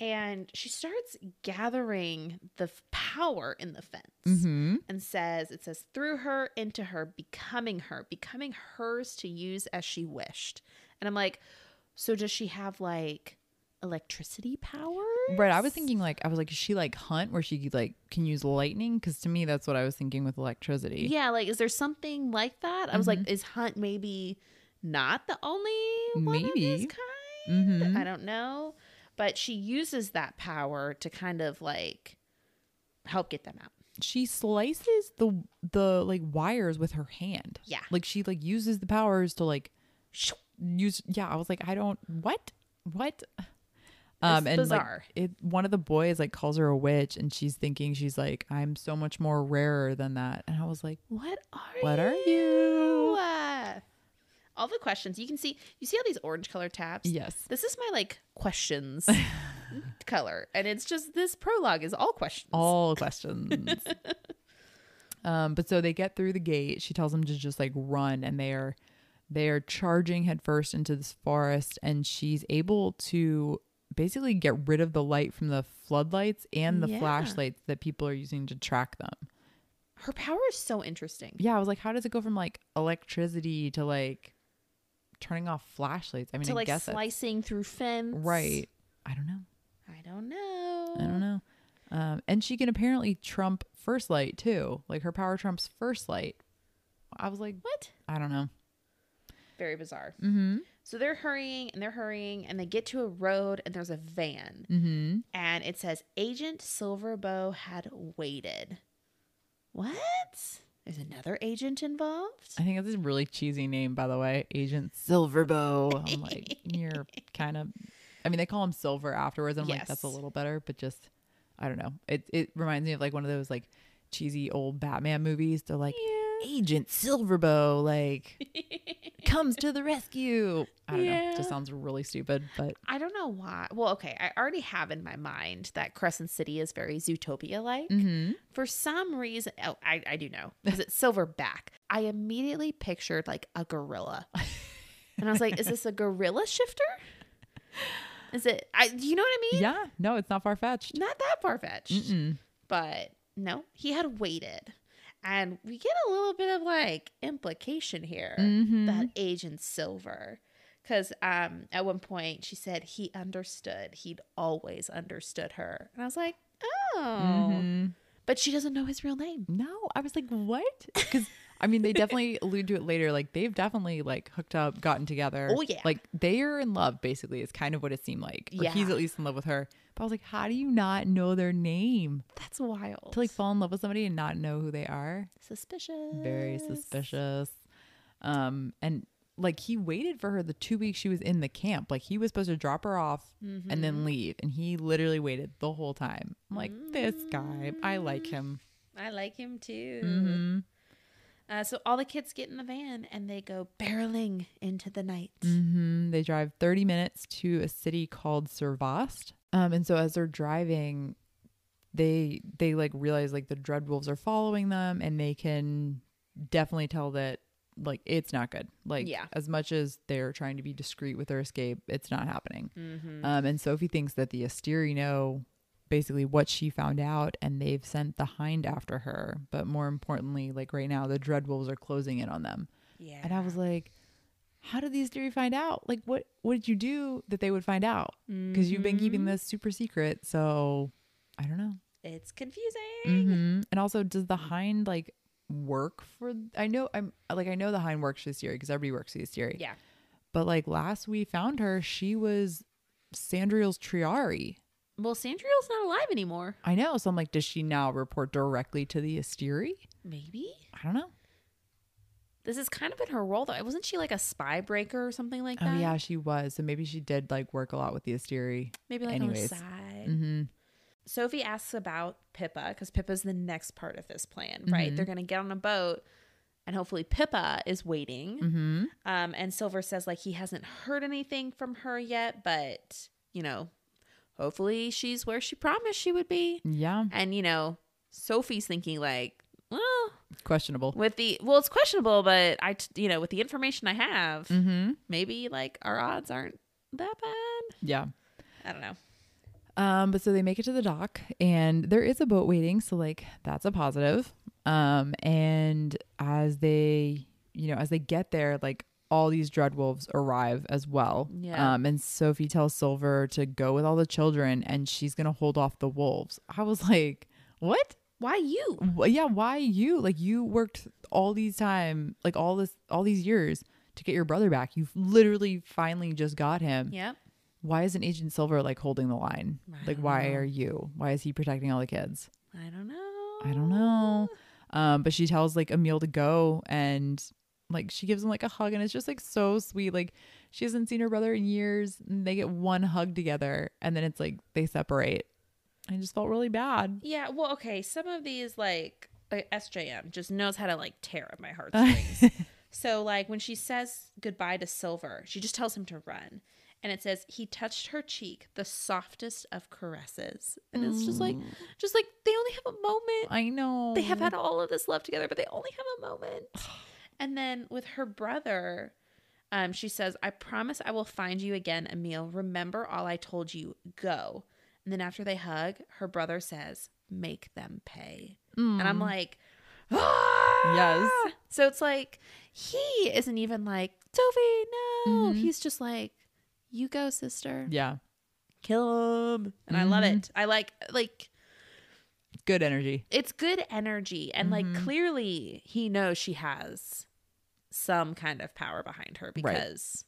Speaker 2: and she starts gathering the f- power in the fence
Speaker 1: Mm-hmm.
Speaker 2: and says it says through her into her becoming her becoming hers to use as she wished and i'm like so does she have like electricity power
Speaker 1: Right. I was thinking like I was like, is she like hunt where she like can use lightning? Because to me, that's what I was thinking with electricity.
Speaker 2: yeah like is there something like that i was
Speaker 1: Mm-hmm.
Speaker 2: like is hunt maybe not the only one of his
Speaker 1: Maybe.
Speaker 2: kind
Speaker 1: Mm-hmm.
Speaker 2: i don't know but she uses that power to kind of like help get them out
Speaker 1: she slices the the like wires with her hand.
Speaker 2: Yeah.
Speaker 1: Like she like uses the powers to like
Speaker 2: Shoo.
Speaker 1: use yeah, I was like I don't what? What? Um and
Speaker 2: bizarre.
Speaker 1: like it one of the boys like calls her a witch and she's thinking she's like I'm so much more rarer than that. And I was like
Speaker 2: What are
Speaker 1: What are
Speaker 2: you?
Speaker 1: you?
Speaker 2: Uh, all the questions you can see. You see all these orange color tabs.
Speaker 1: Yes.
Speaker 2: This is my like questions color, and it's just this prologue is all questions.
Speaker 1: All questions. um, but so they get through the gate. She tells them to just like run, and they are they are charging headfirst into this forest, and she's able to basically get rid of the light from the floodlights and the
Speaker 2: Yeah.
Speaker 1: flashlights that people are using to track them.
Speaker 2: Her power is so interesting.
Speaker 1: Yeah, I was like, how does it go from like electricity to like turning off flashlights? I mean,
Speaker 2: to
Speaker 1: I
Speaker 2: like
Speaker 1: guess that's
Speaker 2: slicing through fence.
Speaker 1: right. I don't know.
Speaker 2: I don't know.
Speaker 1: I don't know. Um, and she can apparently trump first light too. Like her power trumps first light. I was like,
Speaker 2: What?
Speaker 1: I don't know.
Speaker 2: Very bizarre.
Speaker 1: Mm-hmm.
Speaker 2: So they're hurrying and they're hurrying and they get to a road and there's a van
Speaker 1: Mm-hmm.
Speaker 2: and it says Agent Silverbow had waited. What? There's another agent involved?
Speaker 1: I think that's a really cheesy name, by the way. Agent Silverbow. I'm like, you're kind of. I mean, they call him Silver afterwards. And I'm like, that's a
Speaker 2: Yes.
Speaker 1: little better, but just, I don't know. It it reminds me of like one of those like cheesy old Batman movies. They're like, Agent Silverbow, like, comes to the rescue. I don't know. It
Speaker 2: Yeah.
Speaker 1: just sounds really stupid, but
Speaker 2: I don't know why. Well, okay, I already have in my mind that Crescent City is very Zootopia like.
Speaker 1: mm-hmm.
Speaker 2: For some reason, oh, I, I do know, because it's Silverback. I immediately pictured like a gorilla. And I was like, is this a gorilla shifter? Is it, I, you know what I mean?
Speaker 1: yeah, no, it's not far fetched.
Speaker 2: Not that far fetched.
Speaker 1: Mm-mm.
Speaker 2: But no, he had waited. And we get a little bit of like implication here
Speaker 1: Mhm.
Speaker 2: that Agent Silver. Because um, at one point she said he understood. He'd always understood her. And I was like, oh.
Speaker 1: Mhm.
Speaker 2: But she doesn't know his real name.
Speaker 1: No, I was like, what? Because I mean, they definitely allude to it later. Like they've definitely like hooked up, gotten together.
Speaker 2: Oh, yeah.
Speaker 1: like they are in love. Basically, is kind of what it seemed like. Or
Speaker 2: Yeah.
Speaker 1: he's at least in love with her. But I was like, how do you not know their name?
Speaker 2: That's wild.
Speaker 1: To like fall in love with somebody and not know who they are,
Speaker 2: suspicious.
Speaker 1: very suspicious. Um, and like he waited for her the two weeks she was in the camp. Like he was supposed to drop her off and then leave, and he literally waited the whole time. I'm like, this guy, I like him.
Speaker 2: I like him too.
Speaker 1: Mhm.
Speaker 2: Uh, so all the kids get in the van and they go
Speaker 1: Mm-hmm.
Speaker 2: barreling into the night.
Speaker 1: hmm They drive 30 minutes to a city called Servast, Um, and so as they're driving, they they like realize like the dread wolves are following them, and they can definitely tell that like it's not good. Like
Speaker 2: Yeah.
Speaker 1: as much as they're trying to be discreet with their escape, it's not happening.
Speaker 2: Mm-hmm.
Speaker 1: Um, and Sophie thinks that the Asteri know basically what she found out, and they've sent the hind after her. But more importantly, like right now, the dread wolves are closing in on them.
Speaker 2: yeah.
Speaker 1: And I was like, how did these theory find out? Like, what what did you do that they would find out? Because you've been keeping
Speaker 2: Mm-hmm.
Speaker 1: this super secret. So I don't know.
Speaker 2: It's confusing.
Speaker 1: Mhm. And also, does the hind like work for? I know I'm like I know the hind works for this year because everybody works for this year.
Speaker 2: Yeah.
Speaker 1: But like last we found her, she was Sandriel's Triari.
Speaker 2: Well, Sandriel's not alive anymore.
Speaker 1: I know. So I'm like, does she now report directly to the Asteri?
Speaker 2: Maybe
Speaker 1: I don't know.
Speaker 2: this has kind of been her role, though. Wasn't she like a spy breaker or something like that?
Speaker 1: Oh yeah, she was. So maybe she did like work a lot with the Asteri.
Speaker 2: Maybe like
Speaker 1: Anyways.
Speaker 2: on the side.
Speaker 1: Mm-hmm.
Speaker 2: Sophie asks about Pippa because Pippa's the next part of this plan, right?
Speaker 1: Mhm.
Speaker 2: They're going to get on a boat and hopefully Pippa is waiting.
Speaker 1: Mm-hmm.
Speaker 2: Um, and Silver says like he hasn't heard anything from her yet, but you know, hopefully she's where she promised she would be.
Speaker 1: Yeah.
Speaker 2: And you know, Sophie's thinking like, well,
Speaker 1: Questionable.
Speaker 2: with the well, it's questionable, but I, t- you know, with the information I have,
Speaker 1: Mm-hmm.
Speaker 2: maybe like our odds aren't that bad.
Speaker 1: Yeah.
Speaker 2: I don't know.
Speaker 1: Um, but so they make it to the dock and there is a boat waiting, so like that's a positive. Um, and as they you know, as they get there, like all these dread wolves arrive as well.
Speaker 2: Yeah.
Speaker 1: Um, and Sophie tells Silver to go with all the children and she's gonna hold off the wolves. I was like, What?
Speaker 2: Why you?
Speaker 1: Wh- yeah, why you? Like you worked all these time, like all this all these years to get your brother back. You've literally finally just got him
Speaker 2: Yep.
Speaker 1: why isn't Agent Silver like holding the line?
Speaker 2: I
Speaker 1: Like,
Speaker 2: don't
Speaker 1: why
Speaker 2: know.
Speaker 1: are you? Why is he protecting all the kids?
Speaker 2: I don't know.
Speaker 1: I don't know. Um, but she tells like Emil to go and like she gives him like a hug and it's just like so sweet. Like she hasn't seen her brother in years and they get one hug together and then it's like they separate. I just felt really bad.
Speaker 2: Yeah, well, okay. Some of these, like, uh, like SJM, just knows how to like tear at my heartstrings.
Speaker 1: yeah.
Speaker 2: so, like, when she says goodbye to Silver, she just tells him to run, and it says he touched her cheek, the softest of caresses, and it's just like,
Speaker 1: Mm.
Speaker 2: just like they only have a moment.
Speaker 1: I know.
Speaker 2: They have had all of this love together, but they only have a moment. Mm-hmm. and then with her brother. Um, she says, I promise I will find you again, Emil. Remember all I told you. Go. And then after they hug, her brother says, Make them pay
Speaker 1: Mm.
Speaker 2: and I'm like, ah!
Speaker 1: Yes.
Speaker 2: So it's like he isn't even like Sophie. No,
Speaker 1: Mhm.
Speaker 2: he's just like, you go, sister.
Speaker 1: Yeah.
Speaker 2: Kill him, Mm-hmm. and I love
Speaker 1: Mhm.
Speaker 2: it. I like like
Speaker 1: Good energy.
Speaker 2: it's good energy, and
Speaker 1: Mhm.
Speaker 2: like clearly he knows she has some kind of power behind her because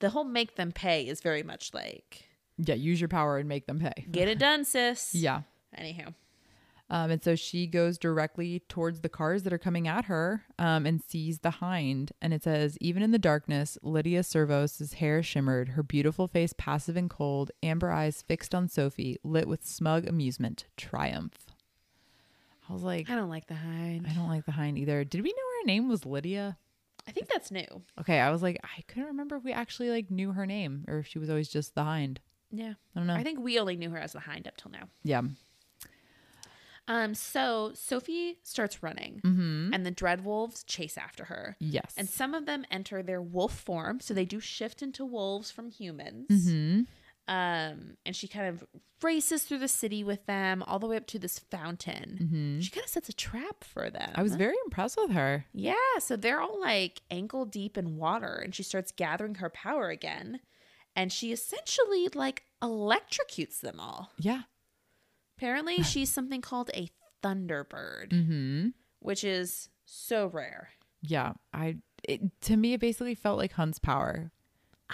Speaker 2: the whole make them pay is very much like
Speaker 1: Yeah, use your power and make them pay.
Speaker 2: get it done, sis.
Speaker 1: Yeah.
Speaker 2: Anyhow,
Speaker 1: Um, and so she goes directly towards the cars that are coming at her um, and sees the hind. And it says, Even in the darkness, Lydia Servos' hair shimmered, her beautiful face passive and cold, amber eyes fixed on Sophie, lit with smug amusement, triumph. I was like,
Speaker 2: I don't like the hind.
Speaker 1: I don't like the hind either. Did we know her name was Lydia?
Speaker 2: I think that's new.
Speaker 1: Okay, I was like, I couldn't remember if we actually like knew her name or if she was always just the hind.
Speaker 2: Yeah,
Speaker 1: I don't know.
Speaker 2: I think we only knew her as the hind up till now.
Speaker 1: yeah.
Speaker 2: Um, so Sophie starts running,
Speaker 1: Mm-hmm.
Speaker 2: and the dread wolves chase after her.
Speaker 1: Yes.
Speaker 2: And some of them enter their wolf form, so they do shift into wolves from humans.
Speaker 1: mm-hmm.
Speaker 2: Um, and she kind of races through the city with them, all the way up to this fountain.
Speaker 1: Mm-hmm.
Speaker 2: She kind of sets a trap for them.
Speaker 1: I was very impressed with her.
Speaker 2: yeah. So they're all like ankle deep in water, and she starts gathering her power again, and she essentially like electrocutes them all.
Speaker 1: Yeah.
Speaker 2: Apparently, she's something called a thunderbird.
Speaker 1: Mm-hmm.
Speaker 2: which is so rare.
Speaker 1: Yeah, I it, to me it basically felt like Hunt's power.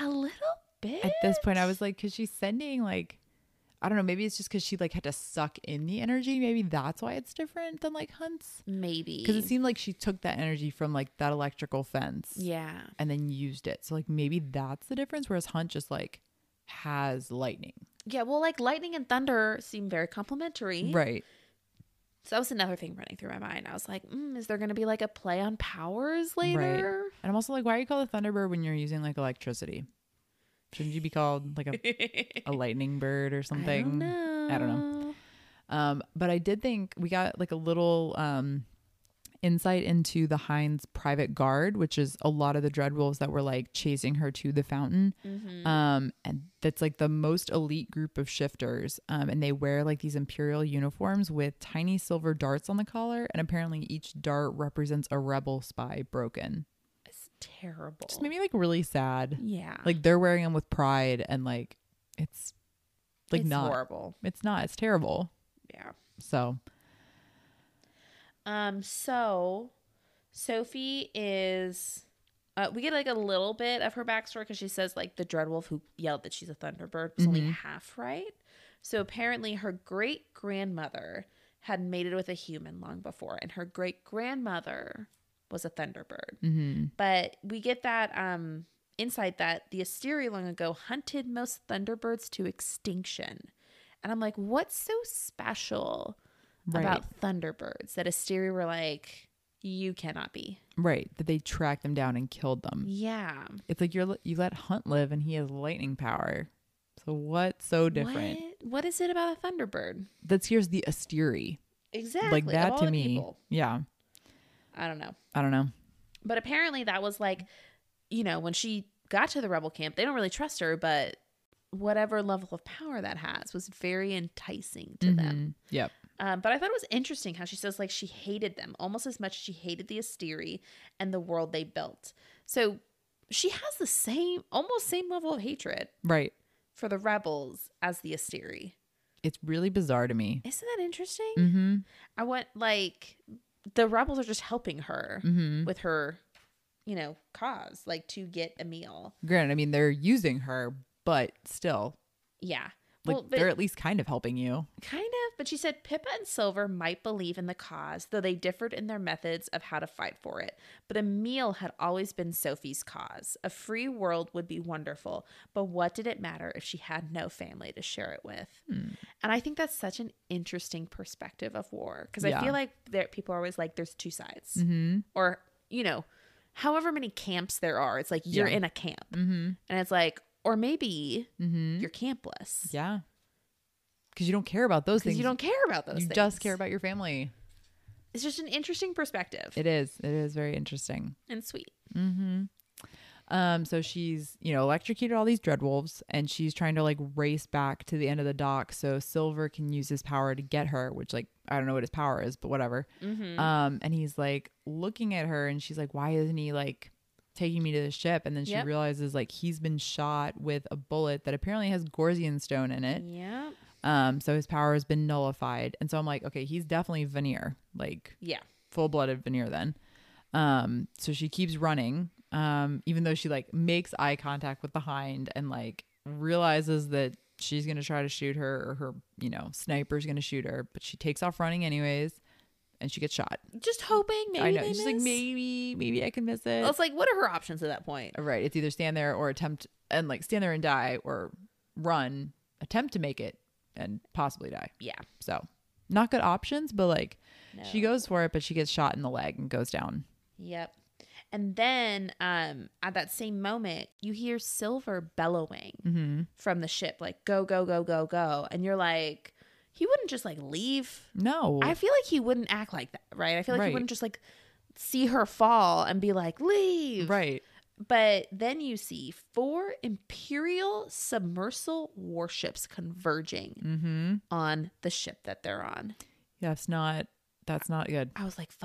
Speaker 2: A little bit.
Speaker 1: At this point, I was like, because she's sending like, I don't know, maybe it's just because she like had to suck in the energy. Maybe that's why it's different than like Hunt's.
Speaker 2: maybe
Speaker 1: Because it seemed like she took that energy from like that electrical fence
Speaker 2: yeah,
Speaker 1: and then used it. So like maybe that's the difference. Whereas Hunt just like has lightning,
Speaker 2: yeah. Well, like lightning and thunder seem very complimentary,
Speaker 1: right?
Speaker 2: So that was another thing running through my mind. I was like, mm, is there going to be like a play on powers later?
Speaker 1: And I'm also like, why are you called a Thunderbird when you're using like electricity? Shouldn't you be called like a, a lightning bird or something?
Speaker 2: I don't know.
Speaker 1: I don't Um, but I did think we got like a little um, insight into the Heinz private guard, which is a lot of the dreadwolves that were like chasing her to the fountain.
Speaker 2: Mm-hmm.
Speaker 1: Um, and that's like the most elite group of shifters. Um, and they wear like these imperial uniforms with tiny silver darts on the collar. And apparently each dart represents a rebel spy broken.
Speaker 2: It's terrible.
Speaker 1: Just made me like really sad.
Speaker 2: yeah.
Speaker 1: Like they're wearing them with pride and like it's like
Speaker 2: it's
Speaker 1: not.
Speaker 2: horrible.
Speaker 1: It's not. It's terrible.
Speaker 2: Yeah.
Speaker 1: So
Speaker 2: Um, so Sophie is uh, we get like a little bit of her backstory because she says like the Dreadwolf who yelled that she's a Thunderbird was only half right. So apparently her great grandmother had mated with a human long before, and her great grandmother was a Thunderbird.
Speaker 1: mm-hmm.
Speaker 2: But we get that um insight that the Asteri long ago hunted most Thunderbirds to extinction. And I'm like, what's so special
Speaker 1: Right.
Speaker 2: about Thunderbirds that Asteri were like, you cannot be.
Speaker 1: Right, that they tracked them down and killed them.
Speaker 2: Yeah.
Speaker 1: It's like you're you let Hunt live and he has lightning power. So what's so different?
Speaker 2: What, what is it about a Thunderbird?
Speaker 1: That's here's the Asteri.
Speaker 2: Exactly.
Speaker 1: Like
Speaker 2: of
Speaker 1: that
Speaker 2: all
Speaker 1: to
Speaker 2: the
Speaker 1: me.
Speaker 2: people.
Speaker 1: Yeah.
Speaker 2: I don't know.
Speaker 1: I don't know.
Speaker 2: But apparently that was like, you know, when she got to the rebel camp, they don't really trust her, but whatever level of power that has was very enticing to them.
Speaker 1: Mhm. Yep.
Speaker 2: Um, but I thought it was interesting how she says like she hated them almost as much as she hated the Asteri and the world they built. So she has the same, almost same level of hatred
Speaker 1: Right.
Speaker 2: for the rebels as the Asteri.
Speaker 1: It's really bizarre to me.
Speaker 2: Isn't that interesting?
Speaker 1: Mm-hmm.
Speaker 2: I want like the rebels are just helping her
Speaker 1: Mm-hmm.
Speaker 2: with her, you know, cause like to get a meal.
Speaker 1: Granted, I mean they're using her, but still,
Speaker 2: Yeah.
Speaker 1: like
Speaker 2: well, but
Speaker 1: they're at least kind of helping you.
Speaker 2: kind of, but she said Pippa and Silver might believe in the cause, though they differed in their methods of how to fight for it. But a meal had always been Sophie's cause. A free world would be wonderful, but what did it matter if she had no family to share it with?
Speaker 1: Hmm.
Speaker 2: And I think that's such an interesting perspective of war because
Speaker 1: Yeah.
Speaker 2: I feel like there, people are always like, there's two sides,
Speaker 1: Mm-hmm.
Speaker 2: or, you know, however many camps there are, it's like you're
Speaker 1: Yeah.
Speaker 2: in a camp.
Speaker 1: Mm-hmm.
Speaker 2: And it's like, or maybe
Speaker 1: Mm-hmm.
Speaker 2: you're campless.
Speaker 1: Yeah. Because you don't care about those
Speaker 2: Because
Speaker 1: things.
Speaker 2: you don't care about those
Speaker 1: You
Speaker 2: things.
Speaker 1: just care about your family.
Speaker 2: It's just an interesting perspective
Speaker 1: It is. It is very interesting.
Speaker 2: and sweet.
Speaker 1: Mm-hmm. Um, so she's, you know, electrocuted all these dreadwolves and she's trying to like race back to the end of the dock so Silver can use his power to get her, which like I don't know what his power is, but whatever.
Speaker 2: Mm-hmm.
Speaker 1: Um, and he's like looking at her and she's like, Why isn't he like taking me to the ship? And then she
Speaker 2: Yep.
Speaker 1: realizes like he's been shot with a bullet that apparently has Gorzian stone in it.
Speaker 2: Yeah.
Speaker 1: Um, so his power has been nullified. And so I'm like, okay, he's definitely veneer. Like
Speaker 2: Yeah.
Speaker 1: full blooded veneer then. Um, so she keeps running, um, even though she like makes eye contact with the hind and like realizes that she's gonna try to shoot her or her, you know, sniper's gonna shoot her, but she takes off running anyways and she gets shot.
Speaker 2: Just hoping maybe
Speaker 1: I know.
Speaker 2: they
Speaker 1: She's like,
Speaker 2: miss.
Speaker 1: maybe, maybe I can miss it. Uh,
Speaker 2: Well, It's like, what are her options at that point?
Speaker 1: right. It's either stand there or attempt and like stand there and die or run, attempt to make it and possibly die.
Speaker 2: Yeah.
Speaker 1: So not good options, but like she
Speaker 2: No.
Speaker 1: goes for it, but she gets shot in the leg and goes down.
Speaker 2: Yep. And then um, at that same moment, you hear Silver bellowing
Speaker 1: Mm-hmm.
Speaker 2: from the ship, like, go, go, go, go, go. And you're like, he wouldn't just like leave.
Speaker 1: No.
Speaker 2: I feel like he wouldn't act like that, right? I feel like
Speaker 1: Right.
Speaker 2: he wouldn't just like see her fall and be like, leave.
Speaker 1: right.
Speaker 2: But then you see four Imperial submersible warships converging
Speaker 1: Mm-hmm.
Speaker 2: on the ship that they're on.
Speaker 1: That's not that's not good.
Speaker 2: I was like,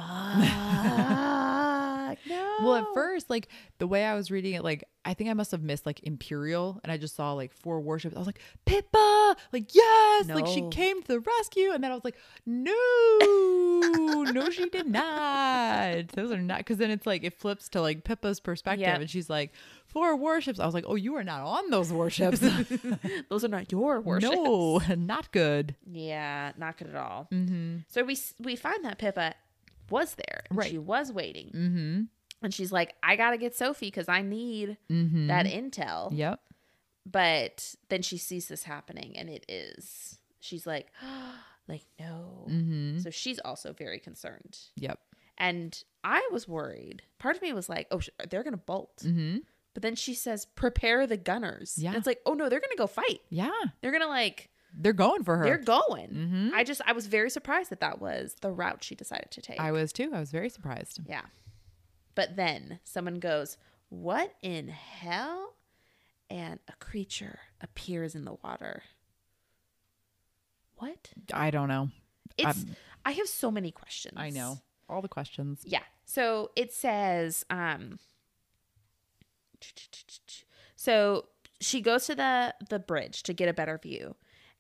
Speaker 2: fuck. no.
Speaker 1: Well, at first, like the way I was reading it, like I think I must have missed like Imperial and I just saw like four warships. I was like, Pippa, like, yes, like she
Speaker 2: No.
Speaker 1: came to the rescue. And then I was like, no, no, she did not. Those are not because then it's like it flips to like Pippa's perspective
Speaker 2: Yep.
Speaker 1: and she's like, four warships. I was like, oh, you are not on those warships.
Speaker 2: those are not your warships.
Speaker 1: no, not good.
Speaker 2: Yeah, not good at all.
Speaker 1: Mm-hmm.
Speaker 2: So we s- we find that Pippa was there. and
Speaker 1: Right.
Speaker 2: She was waiting.
Speaker 1: Mm-hmm.
Speaker 2: And she's like, I got to get Sophie because I need
Speaker 1: Mm-hmm.
Speaker 2: that intel.
Speaker 1: Yep.
Speaker 2: But then she sees this happening and it is. She's like, like, no.
Speaker 1: Mm-hmm.
Speaker 2: So she's also very concerned.
Speaker 1: Yep.
Speaker 2: And I was worried. Part of me was like, oh, sh- they're going to bolt.
Speaker 1: Mm-hmm.
Speaker 2: But then she says, prepare the gunners.
Speaker 1: Yeah.
Speaker 2: And it's like, oh no, they're going to go fight.
Speaker 1: Yeah.
Speaker 2: They're going to like,
Speaker 1: They're going for her.
Speaker 2: they're going.
Speaker 1: Mhm.
Speaker 2: I just, I was very surprised that that was the route she decided to take.
Speaker 1: I was too. I was very surprised.
Speaker 2: Yeah. But then someone goes, What in hell? And a creature appears in the water. What?
Speaker 1: I don't know.
Speaker 2: It's I have so many questions.
Speaker 1: I know. All the questions.
Speaker 2: Yeah. So it says, um so she goes to the the bridge to get a better view.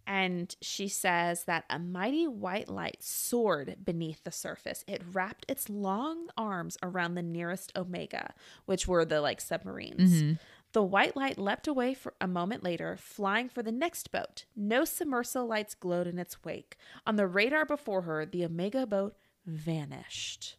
Speaker 2: And she says that a mighty white light soared beneath the surface. It wrapped its long arms around the nearest Omega, which were the like submarines. The white light leapt away for a moment later, flying for the next boat. No submersible lights glowed in its wake. On the radar before her, the Omega boat vanished.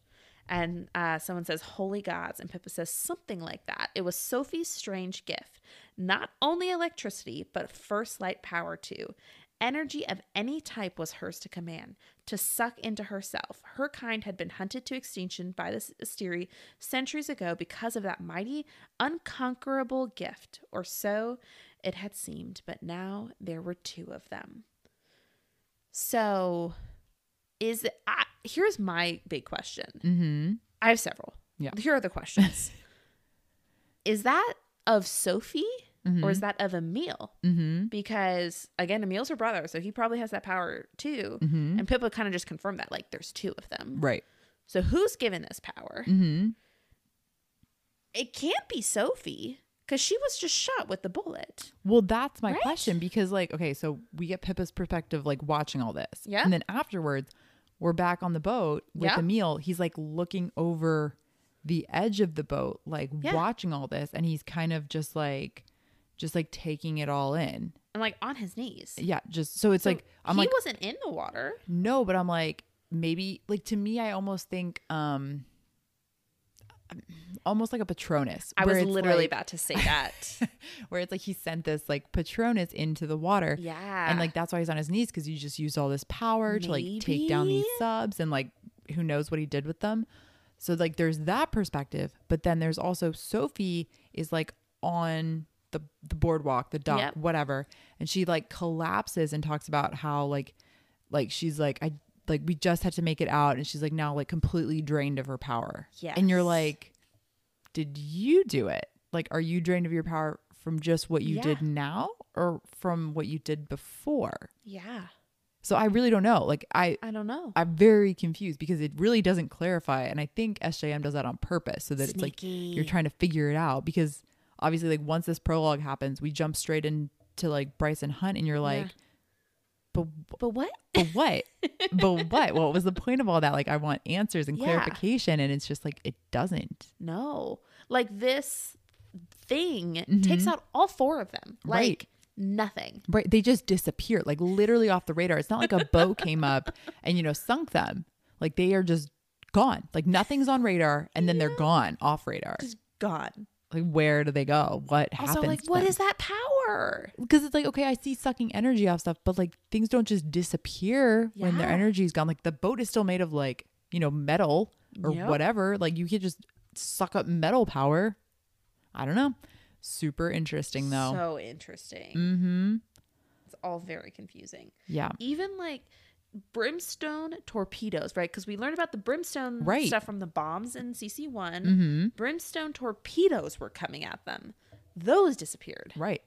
Speaker 2: And uh, someone says, Holy gods. And Pippa says something like that. It was Sophie's strange gift. Not only electricity, but first light power too. Energy of any type was hers to command, to suck into herself. Her kind had been hunted to extinction by the Asteri centuries ago because of that mighty, unconquerable gift, or so it had seemed, but now there were two of them. So, is it, I here's my big question.
Speaker 1: Mm-hmm.
Speaker 2: I have several.
Speaker 1: Yeah.
Speaker 2: Here are the questions. is that of Sophie or is that of Emil?
Speaker 1: Mm-hmm.
Speaker 2: Because again, Emil's her brother, so he probably has that power too.
Speaker 1: Mhm.
Speaker 2: And Pippa kind of just confirmed that like there's two of them.
Speaker 1: Right.
Speaker 2: So who's given this power?
Speaker 1: Mm-hmm.
Speaker 2: It can't be Sophie because she was just shot with the bullet.
Speaker 1: Well, that's my
Speaker 2: Right?
Speaker 1: question because, like, okay, so we get Pippa's perspective, like watching all this.
Speaker 2: Yeah.
Speaker 1: And then afterwards, we're back on the boat with
Speaker 2: Yeah.
Speaker 1: Emil. He's like looking over the edge of the boat, like
Speaker 2: Yeah.
Speaker 1: watching all this. And he's kind of just like, just like taking it all in.
Speaker 2: And like on his knees.
Speaker 1: Yeah. Just so it's
Speaker 2: So
Speaker 1: like, I'm
Speaker 2: he
Speaker 1: like,
Speaker 2: wasn't in the water.
Speaker 1: no, but I'm like, maybe, like, to me, I almost think, um, almost like a Patronus.
Speaker 2: I
Speaker 1: where
Speaker 2: was
Speaker 1: it's
Speaker 2: literally
Speaker 1: like-
Speaker 2: about to say that.
Speaker 1: where it's like he sent this like Patronus into the water.
Speaker 2: yeah.
Speaker 1: And like that's why he's on his knees because you just used all this power to like take down these
Speaker 2: Maybe?
Speaker 1: subs and like who knows what he did with them. So like there's that perspective, but then there's also Sophie is like on the the boardwalk, the dock,
Speaker 2: Yep.
Speaker 1: whatever, and she like collapses and talks about how like like she's like I like we just had to make it out and she's like now like completely drained of her power. And you're
Speaker 2: Yes.
Speaker 1: like did you do it? Like, are you drained of your power from just what you
Speaker 2: Yeah.
Speaker 1: did now or from what you did before?
Speaker 2: yeah.
Speaker 1: So I really don't know. Like, I,
Speaker 2: I don't know.
Speaker 1: I'm very confused because it really doesn't clarify. And I think SJM does that on purpose so that it's like you're
Speaker 2: Sneaky.
Speaker 1: trying to figure it out because obviously, like, once this prologue happens, we jump straight into like Bryson Hunt and you're like, but,
Speaker 2: But what?
Speaker 1: but what? but what? What was the point of all that? Like, I want answers and
Speaker 2: Yeah.
Speaker 1: clarification. And it's just like, it doesn't.
Speaker 2: No. Like this thing takes out all four of them. Like
Speaker 1: Right.
Speaker 2: nothing.
Speaker 1: Right. They just disappear, like literally off the radar. It's not like a boat came up and, you know, sunk them. Like they are just gone. Like nothing's on radar and then they're gone off radar.
Speaker 2: Just gone.
Speaker 1: Like where do they go? What happens?
Speaker 2: Also, like, what is that power?
Speaker 1: because it's like, okay, I see sucking energy off stuff, but like things don't just disappear when their
Speaker 2: Yeah.
Speaker 1: energy's gone. Like the boat is still made of like, you know, metal or
Speaker 2: Yep.
Speaker 1: whatever. Like you could just suck up metal power. I don't know. Super interesting though.
Speaker 2: So interesting.
Speaker 1: mm-hmm.
Speaker 2: It's all very confusing.
Speaker 1: Yeah.
Speaker 2: Even like brimstone torpedoes, right? Because we learned about the brimstone
Speaker 1: Right.
Speaker 2: stuff from the bombs in CC1.
Speaker 1: Mm-hmm.
Speaker 2: Brimstone torpedoes were coming at them. Those disappeared.
Speaker 1: Right.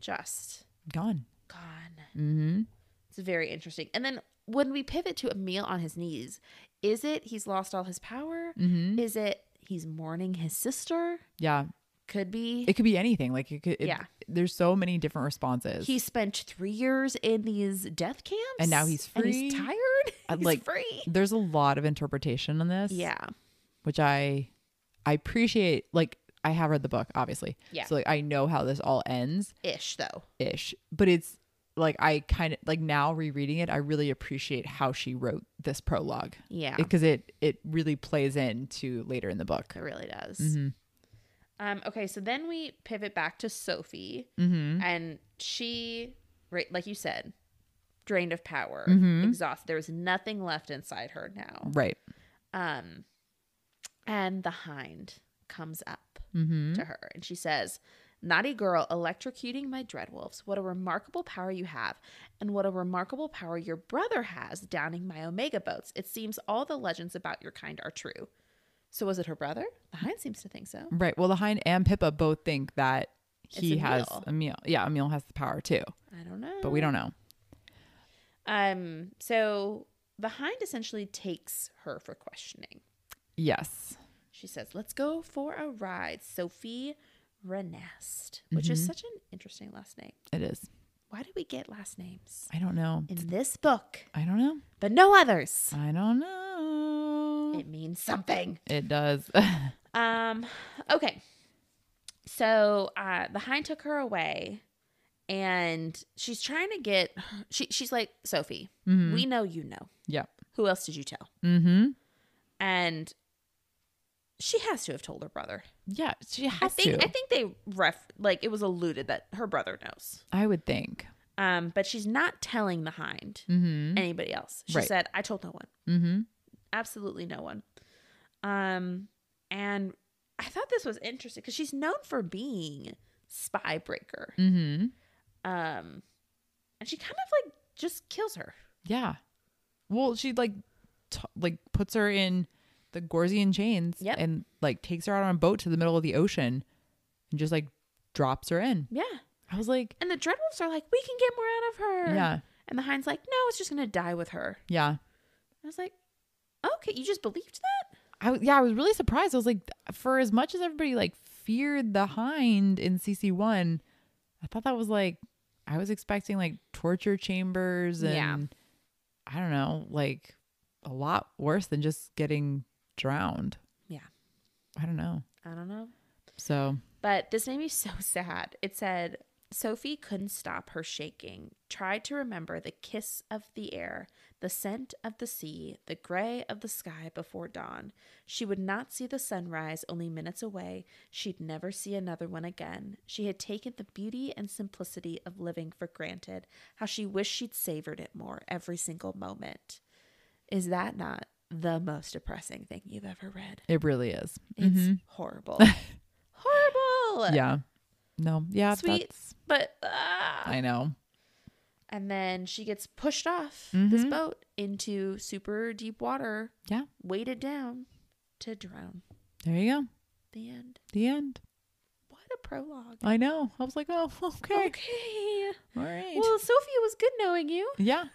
Speaker 2: Just
Speaker 1: Gone.
Speaker 2: gone.
Speaker 1: Mm-hmm.
Speaker 2: It's very interesting. And then when we pivot to Emil on his knees, is it he's lost all his power?
Speaker 1: Mm-hmm.
Speaker 2: Is it he's mourning his sister?
Speaker 1: Yeah,
Speaker 2: Could be.
Speaker 1: it could be anything. Like it could. It,
Speaker 2: Yeah.
Speaker 1: There's so many different responses.
Speaker 2: he spent three years in these death camps,
Speaker 1: And now he's
Speaker 2: and
Speaker 1: free.
Speaker 2: he's tired.
Speaker 1: I'd
Speaker 2: he's
Speaker 1: like-
Speaker 2: free.
Speaker 1: there's a lot of interpretation on this.
Speaker 2: Yeah,
Speaker 1: Which I, I appreciate. Like I have read the book, obviously.
Speaker 2: Yeah.
Speaker 1: So like I know how this all ends
Speaker 2: ish though.
Speaker 1: ish, but it's like I kind of like now rereading it, I really appreciate how she wrote this prologue
Speaker 2: Yeah, it,
Speaker 1: because it it really plays into later in the book.
Speaker 2: really does.
Speaker 1: Mhm.
Speaker 2: Um, okay, so then we pivot back to Sophie,
Speaker 1: Mm-hmm.
Speaker 2: and she, right, like you said, drained of power,
Speaker 1: Mhm.
Speaker 2: exhausted. There was nothing left inside her now.
Speaker 1: Right.
Speaker 2: Um, and the hind comes up
Speaker 1: Mm-hmm.
Speaker 2: to her and she says, Naughty girl, electrocuting my dreadwolves. What a remarkable power you have, and what a remarkable power your brother has, downing my omega boats. It seems all the legends about your kind are true. So was it her brother? The hind seems to think so.
Speaker 1: Right. Well, the hind and Pippa both think that he
Speaker 2: It's
Speaker 1: has
Speaker 2: Emil.
Speaker 1: Emil. Yeah, Emil has the power too,
Speaker 2: I don't know.
Speaker 1: but we don't know.
Speaker 2: Um. So the hind essentially takes her for questioning.
Speaker 1: Yes.
Speaker 2: She says, "Let's go for a ride, Sophie Renest," which
Speaker 1: Mm-hmm.
Speaker 2: is such an interesting last name.
Speaker 1: It is.
Speaker 2: Why do we get last names
Speaker 1: I don't know.
Speaker 2: in this book,
Speaker 1: I don't know.
Speaker 2: but no others?
Speaker 1: I don't know.
Speaker 2: It means something.
Speaker 1: It does.
Speaker 2: Um, okay. So uh, the hind took her away, and she's trying to get. She she's like Sophie.
Speaker 1: Mhm.
Speaker 2: We know you know.
Speaker 1: yep.
Speaker 2: Who else did you tell?
Speaker 1: Mm-hmm.
Speaker 2: And she has to have told her brother.
Speaker 1: Yeah, she has
Speaker 2: I think
Speaker 1: to.
Speaker 2: I think they ref like it was alluded that her brother knows.
Speaker 1: I would think.
Speaker 2: Um, but she's not telling the hind
Speaker 1: Mm-hmm.
Speaker 2: anybody else. She
Speaker 1: Right.
Speaker 2: said, "I told no one."
Speaker 1: Mm-hmm.
Speaker 2: absolutely no one. Um, and I thought this was interesting because she's known for being spy breaker.
Speaker 1: Mm-hmm.
Speaker 2: Um, and she kind of like just kills her.
Speaker 1: Yeah. Well, she like t- like puts her in the Gorzian chains
Speaker 2: Yep.
Speaker 1: and like takes her out on a boat to the middle of the ocean and just like drops her in.
Speaker 2: Yeah,
Speaker 1: I was like,
Speaker 2: and the dreadwolves are like, we can get more out of her.
Speaker 1: yeah,
Speaker 2: and the hind's like, no, it's just gonna die with her.
Speaker 1: yeah.
Speaker 2: I was like, okay, you just believed that?
Speaker 1: I w- yeah, I was really surprised. I was like, for as much as everybody like feared the hind in CC one, I thought that was like I was expecting like torture chambers and
Speaker 2: Yeah.
Speaker 1: I don't know, like a lot worse than just getting drowned.
Speaker 2: Yeah.
Speaker 1: I don't know.
Speaker 2: I don't know.
Speaker 1: So
Speaker 2: But this made me so sad. It said, Sophie couldn't stop her shaking, tried to remember the kiss of the air, the scent of the sea, the gray of the sky before dawn. She would not see the sunrise only minutes away. She'd never see another one again. She had taken the beauty and simplicity of living for granted. How she wished she'd savored it more every single moment. Is that not the most depressing thing you've ever read?
Speaker 1: it really is.
Speaker 2: It's
Speaker 1: Mhm.
Speaker 2: horrible. horrible.
Speaker 1: Yeah. No. Yeah.
Speaker 2: Sweet,
Speaker 1: that's-
Speaker 2: but ah.
Speaker 1: I know.
Speaker 2: and then she gets pushed off this
Speaker 1: Mhm.
Speaker 2: boat into super deep water.
Speaker 1: Yeah.
Speaker 2: weighted down to drown.
Speaker 1: There you go.
Speaker 2: The end.
Speaker 1: The end.
Speaker 2: What a prologue.
Speaker 1: I know. I was like, oh, okay.
Speaker 2: Okay.
Speaker 1: All right.
Speaker 2: Well, Sophie, it was good knowing you.
Speaker 1: yeah.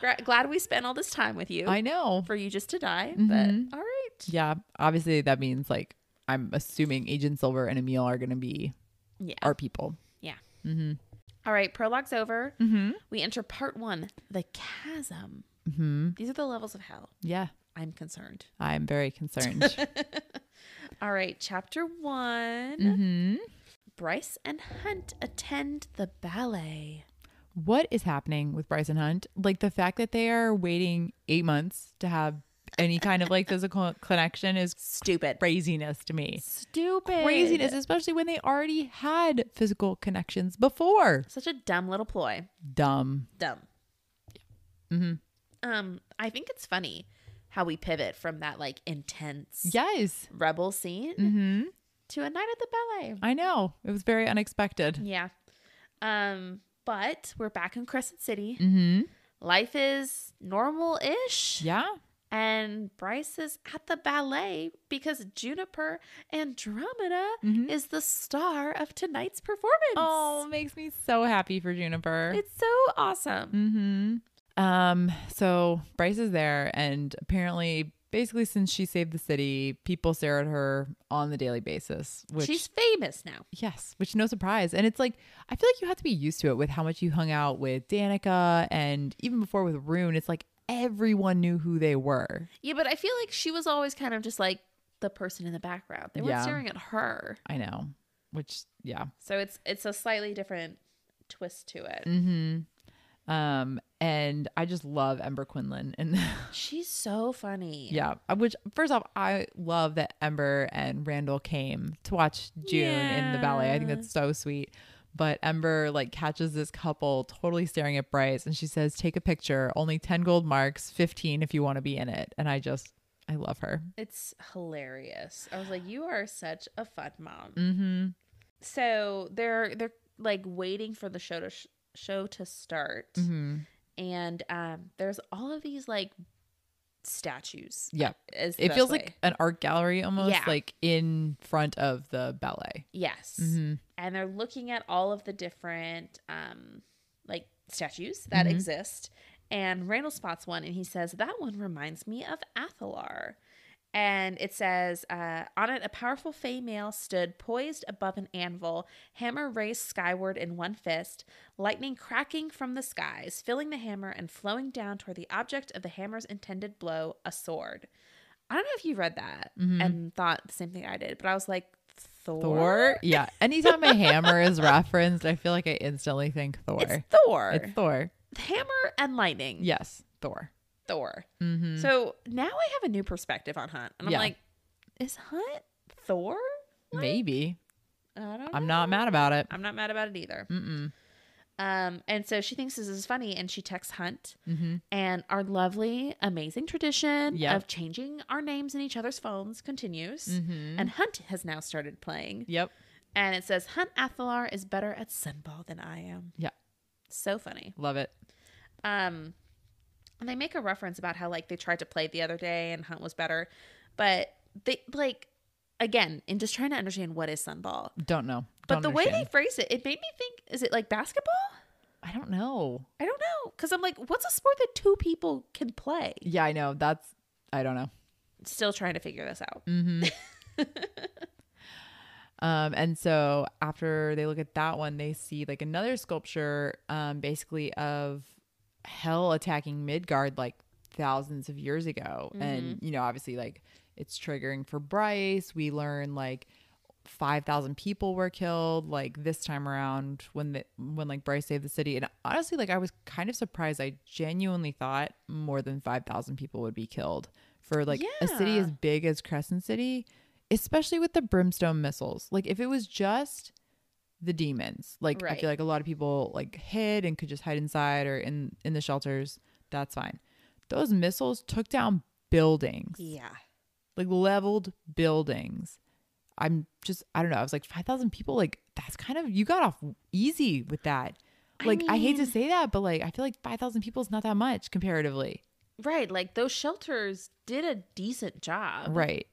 Speaker 2: Gra- glad we spent all this time with you.
Speaker 1: I know.
Speaker 2: for you just to die,
Speaker 1: Mhm.
Speaker 2: but all right.
Speaker 1: Yeah, obviously that means like I'm assuming Agent Silver and Emil are going to be
Speaker 2: Yeah.
Speaker 1: our people.
Speaker 2: Yeah.
Speaker 1: Mm-hmm.
Speaker 2: All right. Prologue's over.
Speaker 1: Mm-hmm.
Speaker 2: We enter part one, the chasm.
Speaker 1: Mm-hmm.
Speaker 2: These are the levels of hell.
Speaker 1: Yeah,
Speaker 2: I'm concerned.
Speaker 1: I'm very concerned.
Speaker 2: All right. Chapter one.
Speaker 1: mm-hmm.
Speaker 2: Bryce and Hunt attend the ballet.
Speaker 1: What is happening with Bryson Hunt? Like the fact that they are waiting eight months to have any kind of like physical connection is
Speaker 2: Stupid.
Speaker 1: craziness to me.
Speaker 2: Stupid.
Speaker 1: Craziness, especially when they already had physical connections before.
Speaker 2: Such a dumb little ploy.
Speaker 1: Dumb.
Speaker 2: Dumb.
Speaker 1: Mhm.
Speaker 2: Um, I think it's funny how we pivot from that like intense
Speaker 1: Yes.
Speaker 2: rebel scene
Speaker 1: Mm-hmm.
Speaker 2: to a night at the ballet.
Speaker 1: I know. It was very unexpected.
Speaker 2: Yeah. Um, but we're back in Crescent City.
Speaker 1: Mm-hmm.
Speaker 2: Life is normal ish.
Speaker 1: Yeah.
Speaker 2: And Bryce is at the ballet because Juniper Andromeda
Speaker 1: Mhm.
Speaker 2: is the star of tonight's performance.
Speaker 1: Oh, makes me so happy for Juniper.
Speaker 2: It's so awesome.
Speaker 1: mm-hmm. Um, so Bryce is there, and apparently, basically, since she saved the city, people stare at her on the daily basis. Which
Speaker 2: She's famous now.
Speaker 1: yes, which no surprise. And it's like I feel like you have to be used to it with how much you hung out with Danica, and even before with Rune. It's like everyone knew who they were.
Speaker 2: Yeah, but I feel like she was always kind of just like the person in the background. They weren't
Speaker 1: Yeah.
Speaker 2: staring at her.
Speaker 1: I know. Which yeah,
Speaker 2: So it's it's a slightly different twist to it.
Speaker 1: mm-hmm. Um, and I just love Ember Quinlan and.
Speaker 2: She's so funny.
Speaker 1: Mm. Yeah. uh, Which, first off, I love that Ember and Randall came to watch June in the ballet. I think
Speaker 2: Yeah.
Speaker 1: that's so sweet. But Ember like catches this couple totally staring at Bryce and she says, Take a picture, only 10 gold marks, 15 if you want to be in it. And I just, I love her.
Speaker 2: It's hilarious. I was like, you are such a fun mom.
Speaker 1: Mm-hmm.
Speaker 2: So they're they're like waiting for the show to sh- show to start,
Speaker 1: Mm-hmm.
Speaker 2: and um, there's all of these like statues.
Speaker 1: Yeah.
Speaker 2: is the
Speaker 1: It
Speaker 2: best
Speaker 1: feels
Speaker 2: way.
Speaker 1: like an art gallery almost,
Speaker 2: Yeah.
Speaker 1: like in front of the ballet.
Speaker 2: yes,
Speaker 1: Mm-hmm.
Speaker 2: and they're looking at all of the different um, like statues that
Speaker 1: Mhm.
Speaker 2: exist. And Randall spots one, and he says that one reminds me of Athalar. And it says, uh, on it, a powerful fey male stood poised above an anvil, hammer raised skyward in one fist, lightning cracking from the skies, filling the hammer and flowing down toward the object of the hammer's intended blow, a sword. I don't know if you read that
Speaker 1: Mhm.
Speaker 2: and thought the same thing I did, but I was like, Thor?
Speaker 1: Thor. Yeah. Anytime a hammer is referenced, I feel like I instantly think Thor.
Speaker 2: It's Thor.
Speaker 1: It's Thor.
Speaker 2: hammer and lightning.
Speaker 1: Yes. Thor.
Speaker 2: Thor.
Speaker 1: Mm-hmm.
Speaker 2: So now I have a new perspective on Hunt. And I'm
Speaker 1: Yeah.
Speaker 2: like, is Hunt Thor?
Speaker 1: Maybe.
Speaker 2: I don't know.
Speaker 1: I'm not Mm. mad about it.
Speaker 2: I'm not mad about it either.
Speaker 1: Mm-mm.
Speaker 2: Um, and so she thinks this is funny and she texts Hunt
Speaker 1: Mm-hmm.
Speaker 2: and our lovely, amazing tradition
Speaker 1: Yep.
Speaker 2: of changing our names in each other's phones continues.
Speaker 1: Mm-hmm.
Speaker 2: And Hunt has now started playing.
Speaker 1: Yep.
Speaker 2: And it says, Hunt Athalar is better at sunball than I am.
Speaker 1: Yeah.
Speaker 2: So funny.
Speaker 1: Love it.
Speaker 2: Um, and they make a reference about how like they tried to play the other day and Hunt was better, but they like again in just trying to understand what is sunball.
Speaker 1: Don't know.
Speaker 2: But
Speaker 1: Don't
Speaker 2: the way
Speaker 1: understand.
Speaker 2: they phrase it, it made me think: is it like basketball?
Speaker 1: I don't know.
Speaker 2: I don't know because I'm like, what's a sport that two people can play?
Speaker 1: Yeah, I know. That's I don't know.
Speaker 2: Still trying to figure this out.
Speaker 1: Mm-hmm. um, and so after they look at that one, they see like another sculpture, um, basically of hell attacking Midgard like thousands of years ago, and you know, obviously, like it's triggering for Bryce. We learn like. 5000 people were killed like this time around when the when like Bryce saved the city and honestly like I was kind of surprised I genuinely thought more than 5000 people would be killed for like a city
Speaker 2: Yeah.
Speaker 1: as big as Crescent City especially with the brimstone missiles like if it was just the demons like I
Speaker 2: Right.
Speaker 1: feel like a lot of people like hid and could just hide inside or in in the shelters that's fine those missiles took down buildings
Speaker 2: Yeah,
Speaker 1: like leveled buildings. I'm just I don't know. I was like 5,000 people like that's kind of you got off easy with that.
Speaker 2: I
Speaker 1: Like I, hate to
Speaker 2: mean-
Speaker 1: say that, but like I feel like 5,000 people is not that much comparatively.
Speaker 2: right. Like those shelters did a decent job,
Speaker 1: Right.